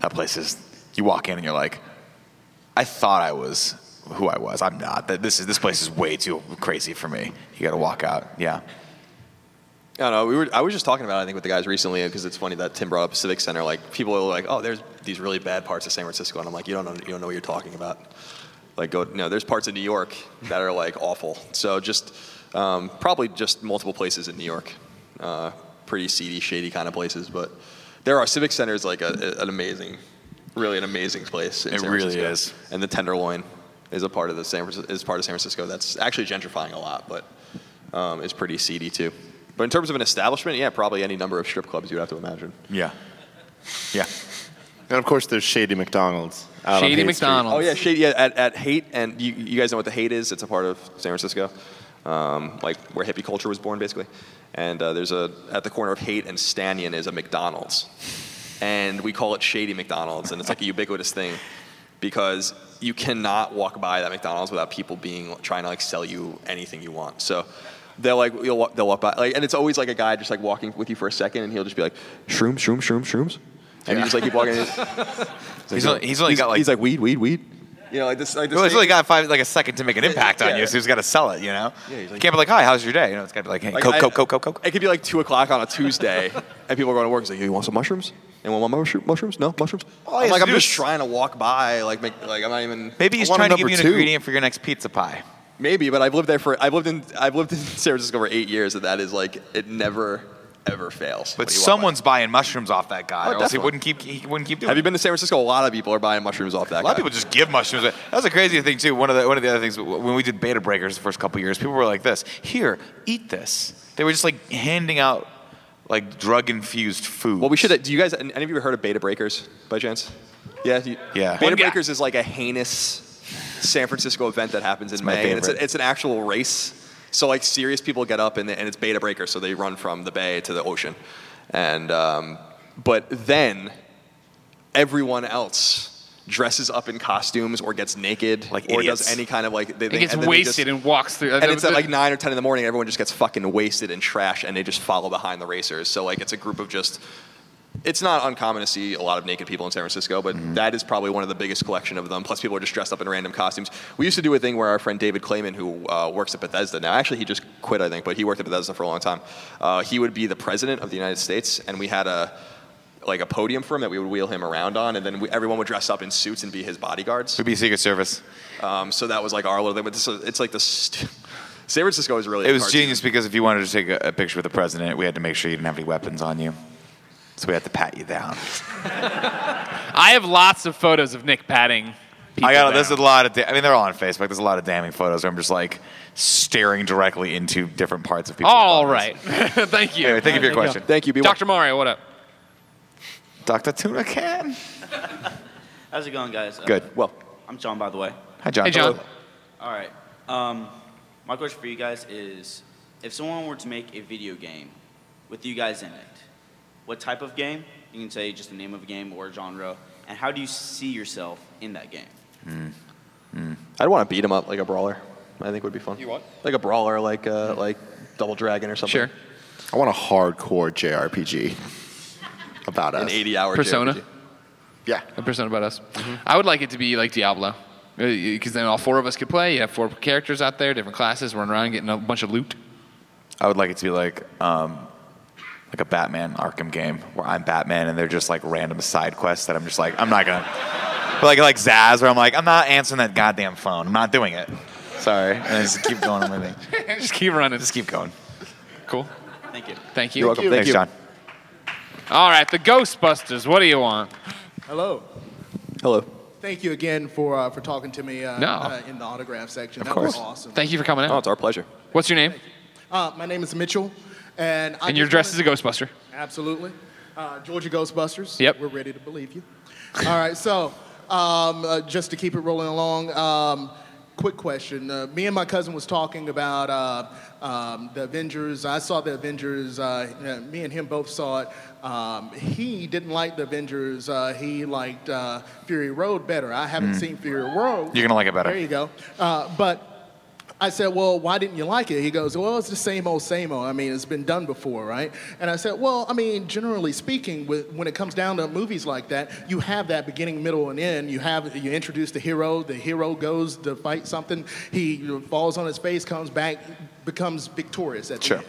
Speaker 7: That place is. You walk in and you're like, I thought I was who I was. I'm not. That this is this place is way too crazy for me. You got to walk out. Yeah.
Speaker 5: I don't know. We were. I was just talking about. It, I think with the guys recently because it's funny that Tim brought up Civic Center. Like people are like, oh, there's these really bad parts of San Francisco, and I'm like, you don't know. You don't know what you're talking about. Like go. No, there's parts of New York that are like awful. So just um, probably just multiple places in New York, uh, pretty seedy, shady kind of places. But there are Civic Center is like a, an amazing, really an amazing place. In
Speaker 7: It
Speaker 5: San
Speaker 7: really
Speaker 5: Francisco. is. And the Tenderloin is a part of the San Francis- is part of San Francisco that's actually gentrifying a lot, but um, is pretty seedy too. But in terms of an establishment, yeah, probably any number of strip clubs you would have to imagine.
Speaker 7: Yeah. Yeah.
Speaker 1: And of course, there's Shady McDonald's. out on
Speaker 5: Shady
Speaker 1: Haight Street.
Speaker 5: Oh yeah, Shady yeah, at, at Hate, and you, you guys know what the Hate is? It's a part of San Francisco, um, like where hippie culture was born, basically. And uh, there's a at the corner of Hate and Stanion is a McDonald's, and we call it Shady McDonald's, and it's like a ubiquitous thing because you cannot walk by that McDonald's without people being trying to like sell you anything you want. So. They'll like you'll walk, they'll walk by like and it's always like a guy just like walking with you for a second and he'll just be like shrooms shrooms shrooms shrooms and you just like keep walking. and
Speaker 7: (laughs) He's only- he's only got, like-
Speaker 5: he's like weed weed weed You know, like this. Like this
Speaker 7: well, he's
Speaker 5: thing-
Speaker 7: only got five, like a second to make an impact on
Speaker 5: yeah.
Speaker 7: you, so he's got to sell it. You know,
Speaker 5: Yeah, he's
Speaker 7: you
Speaker 5: like-
Speaker 7: can't be like, "Hi, how's your day?" You know, it's got to be like, "Hey,
Speaker 5: Like,
Speaker 7: coke,
Speaker 5: I-
Speaker 7: coke, coke, coke, coke."
Speaker 5: It could be like two o'clock on a Tuesday, and people are going to work. He's like, "Yo, "You want some mushrooms? And want more mushroom- mushrooms? No mushrooms."
Speaker 7: All he
Speaker 5: I'm
Speaker 7: has
Speaker 5: like,
Speaker 7: to
Speaker 5: I'm
Speaker 7: do
Speaker 5: just
Speaker 7: is-
Speaker 5: trying to walk by. Like, make, like I'm not even.
Speaker 7: Oh, Maybe
Speaker 5: I
Speaker 7: he's
Speaker 5: want
Speaker 7: trying
Speaker 5: a
Speaker 7: to give you
Speaker 5: number
Speaker 7: an
Speaker 5: two.
Speaker 7: ingredient for your next pizza pie.
Speaker 5: Maybe, but I've lived there for. I've lived in. I've lived in San Francisco for eight years, and that is like it never, ever fails.
Speaker 7: But
Speaker 5: when you walk
Speaker 7: someone's buying mushrooms off that guy,
Speaker 5: Oh,
Speaker 7: or else he
Speaker 5: definitely.
Speaker 7: wouldn't keep he wouldn't keep
Speaker 5: by.
Speaker 7: doing.
Speaker 5: Have you
Speaker 7: it.
Speaker 5: been to San Francisco? A lot of people are buying mushrooms off that.
Speaker 7: A lot of people just give mushrooms. away. That was a crazy thing too. One of the one of the other things when we did Beta Breakers the first couple years, people were like, "This here, eat this." They were just like handing out like drug infused food.
Speaker 5: Well, we should. Do you guys? Any of you heard of Beta Breakers by chance? Yeah. do you-
Speaker 7: Yeah.
Speaker 5: Beta
Speaker 7: One guy.
Speaker 5: Breakers is like a heinous San Francisco event that happens in
Speaker 7: my
Speaker 5: May. and It's,
Speaker 7: favorite.
Speaker 5: a, it's an actual race. So like serious people get up and, and it's Beta Breakers, so they run from the bay to the ocean, and um, but then everyone else dresses up in costumes or gets naked like or
Speaker 2: idiots.
Speaker 5: does any kind of like they,
Speaker 2: it gets
Speaker 5: and then they just-
Speaker 2: wasted and walks through.
Speaker 5: and it's at like nine or ten in the morning. Everyone just gets fucking wasted and trash, and they just follow behind the racers. So like, it's a group of just. It's not uncommon to see a lot of naked people in San Francisco, but that is probably one of the biggest collection of them. Plus, people are just dressed up in random costumes. We used to do a thing where our friend David Clayman, who uh, works at Bethesda now, actually he just quit, I think, but he worked at Bethesda for a long time. Uh, he would be the president of the United States, and we had a like a podium for him that we would wheel him around on, and then we, everyone would dress up in suits and be his bodyguards.
Speaker 7: Would be Secret Service.
Speaker 5: Um, so that was like our little thing, but this is, it's like the st- San Francisco is really
Speaker 7: It was
Speaker 5: hard to-
Speaker 7: genius because if you wanted to take a, a picture with the president, we had to make sure you didn't have any weapons on you. So we had to pat you down.
Speaker 2: I have lots of photos of Nick patting. people
Speaker 7: I got
Speaker 2: down.
Speaker 7: there's a lot of da- I mean they're all on Facebook. There's a lot of damning photos where I'm just like staring directly into different parts of people's
Speaker 2: All
Speaker 7: bodies.
Speaker 2: right. (laughs) Thank you.
Speaker 7: Anyway, thank you for your question. Thank you, be well.
Speaker 2: Dr. Mario, what up?
Speaker 7: Dr. Tuna Can.
Speaker 15: How's it going, guys? Uh,
Speaker 7: Good. Well,
Speaker 15: I'm John, by the way.
Speaker 7: Hi, John. Hey, John. Hello.
Speaker 15: All right. Um, my question for you guys is if someone were to make a video game with you guys in it, what type of game? You can say just the name of a game or a genre. And how do you see yourself in that
Speaker 4: (laughs)
Speaker 15: game?
Speaker 5: I'd want to beat him up like a brawler. I think would be fun. You what? Like a brawler, like uh, like Double Dragon or something. Sure.
Speaker 1: I want a hardcore JRPG about us.
Speaker 5: An 80-hour
Speaker 2: Persona.
Speaker 1: Yeah.
Speaker 2: A Persona about us.
Speaker 7: Mm-hmm.
Speaker 2: I would like it to be like Diablo. Because then all four of us could play. You have four characters out there, different classes, running around getting a bunch of loot.
Speaker 7: I would like it to be like um, like a Batman Arkham game where I'm Batman and they're just like random side quests that I'm just like I'm not gonna But like like Zaz, where I'm like, I'm not answering that goddamn phone. I'm not doing it. Sorry. And I just keep going on my thing.
Speaker 2: (laughs) just keep running.
Speaker 7: Just keep going.
Speaker 2: Cool.
Speaker 15: Thank you.
Speaker 2: Thank you.
Speaker 7: You're welcome. Thanks, John.
Speaker 2: All right, the Ghostbusters. What do you want?
Speaker 16: Hello.
Speaker 5: Hello.
Speaker 16: Thank you again for uh, for talking to me uh,
Speaker 2: No.
Speaker 16: uh, in the autograph section.
Speaker 2: Of
Speaker 16: that
Speaker 2: course.
Speaker 16: was awesome.
Speaker 2: Thank you for coming out.
Speaker 5: Oh, it's our pleasure.
Speaker 2: What's your name?
Speaker 16: Uh, my name is Mitchell, and I
Speaker 2: and you're
Speaker 16: just
Speaker 2: dressed as a
Speaker 16: wanted-
Speaker 2: Ghostbuster.
Speaker 16: Absolutely, uh, Georgia Ghostbusters.
Speaker 2: Yep.
Speaker 16: we're ready to believe you. All right, so um, uh, just to keep it rolling along, um, quick question. Uh, me and my cousin was talking about uh, um, the Avengers. I saw the Avengers. Uh, uh, me and him both saw it. Um, he didn't like the Avengers. Uh, he liked uh, Fury Road better. I haven't
Speaker 7: Mm.
Speaker 16: seen Fury Road.
Speaker 7: You're gonna like it better.
Speaker 16: There you go. Uh, but I said, well, why didn't you like it? He goes, well, it's the same old, same old. I mean, it's been done before, right? And I said, well, I mean, generally speaking, with, when it comes down to movies like that, you have that beginning, middle, and end. You have you introduce the hero. The hero goes to fight something. He falls on his face, comes back, becomes victorious at the
Speaker 7: Sure.
Speaker 16: end.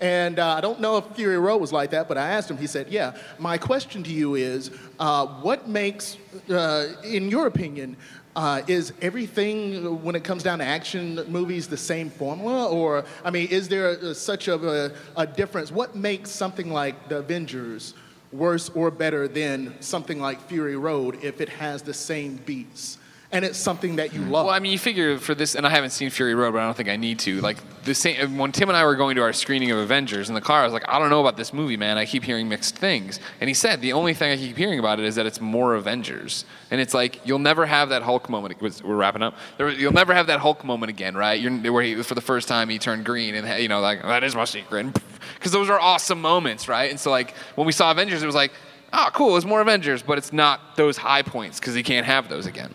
Speaker 16: And uh, I don't know if Fury Road was like that, but I asked him. He said, "Yeah." My question to you is, uh, what makes, uh, in your opinion, uh, is everything when it comes down to action movies the same formula, or I mean, is there uh such of a, a difference? What makes something like The Avengers worse or better than something like Fury Road if it has the same beats and it's something that you love?
Speaker 2: Well, I mean, you figure for this, and I haven't seen Fury Road, but I don't think I need to. Like the same when Tim and I were going to our screening of Avengers in the car, I was like, I don't know about this movie, man. I keep hearing mixed things. And he said the only thing I keep hearing about it is that it's more Avengers, and it's like you'll never have that Hulk moment. it was- We're wrapping up. There, was- you'll never have that Hulk moment again, right? You're, where he, for the first time he turned green, and you know, like that is my secret, (laughs) because those are awesome moments, right? And so like when we saw Avengers, it was like. Oh, cool! It's more Avengers, but it's not those high points because he can't have those again.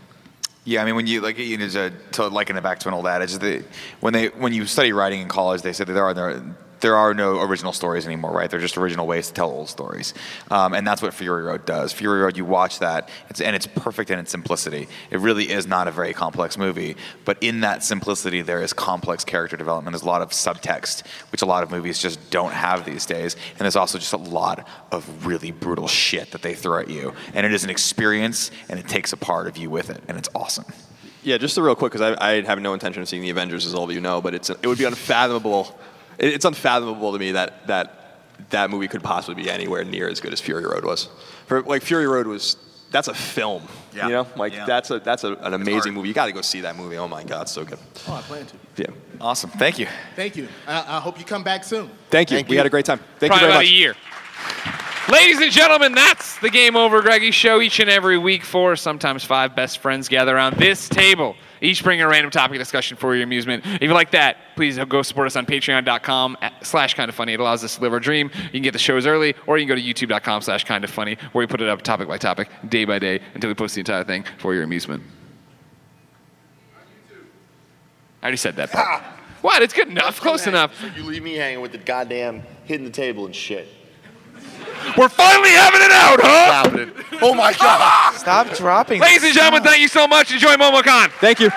Speaker 7: Yeah, I mean, when you like, you know, to, to liken it back to an old adage, the, when they when you study writing in college, they said that there are no, there are no original stories anymore, right? They're just original ways to tell old stories, um, and that's what Fury Road does. Fury Road, you watch that, it's, and it's perfect in its simplicity. It really is not a very complex movie, but in that simplicity, there is complex character development. There's a lot of subtext, which a lot of movies just don't have these days, and there's also just a lot of really brutal shit that they throw at you, and it is an experience, and it takes a part of you with it, and it's awesome.
Speaker 5: Yeah, just a real quick, because I, I have no intention of seeing the Avengers, as all of you know, but it's it would be unfathomable. it- It's unfathomable to me that that that movie could possibly be anywhere near as good as Fury Road was. For like Fury Road was that's a film.
Speaker 7: Yeah.
Speaker 5: You know, like
Speaker 7: Yeah.
Speaker 5: that's a that's a, an amazing movie. You got to go see that movie. Oh my God, so good.
Speaker 16: oh, I plan to.
Speaker 5: Yeah.
Speaker 7: Awesome. Thank you.
Speaker 16: Thank you. I, I hope you come back soon.
Speaker 5: Thank you. we had a great time. Thank
Speaker 2: Probably
Speaker 5: you very
Speaker 2: about
Speaker 5: much.
Speaker 2: a year. Ladies and gentlemen, that's the Game Over Greggy show. Each and every week, four, sometimes five best friends gather around this table. Each bring a random topic of discussion for your amusement. If you like that, please go support us on patreon.com slash kind of funny. It allows us to live our dream. You can get the shows early, or you can go to youtube.com slash kind of funny, where we put it up topic by topic, day by day, until we post the entire thing for your amusement. I already said that part.
Speaker 5: Ah,
Speaker 2: What? It's good enough. Close enough.
Speaker 1: You leave me hanging with the goddamn hitting the table and shit.
Speaker 2: We're finally having it out, huh?
Speaker 1: Stop it. Oh my god.
Speaker 7: (laughs) Stop dropping.
Speaker 3: (laughs)
Speaker 2: Ladies and gentlemen, thank you so much. Enjoy MomoCon.
Speaker 5: Thank you.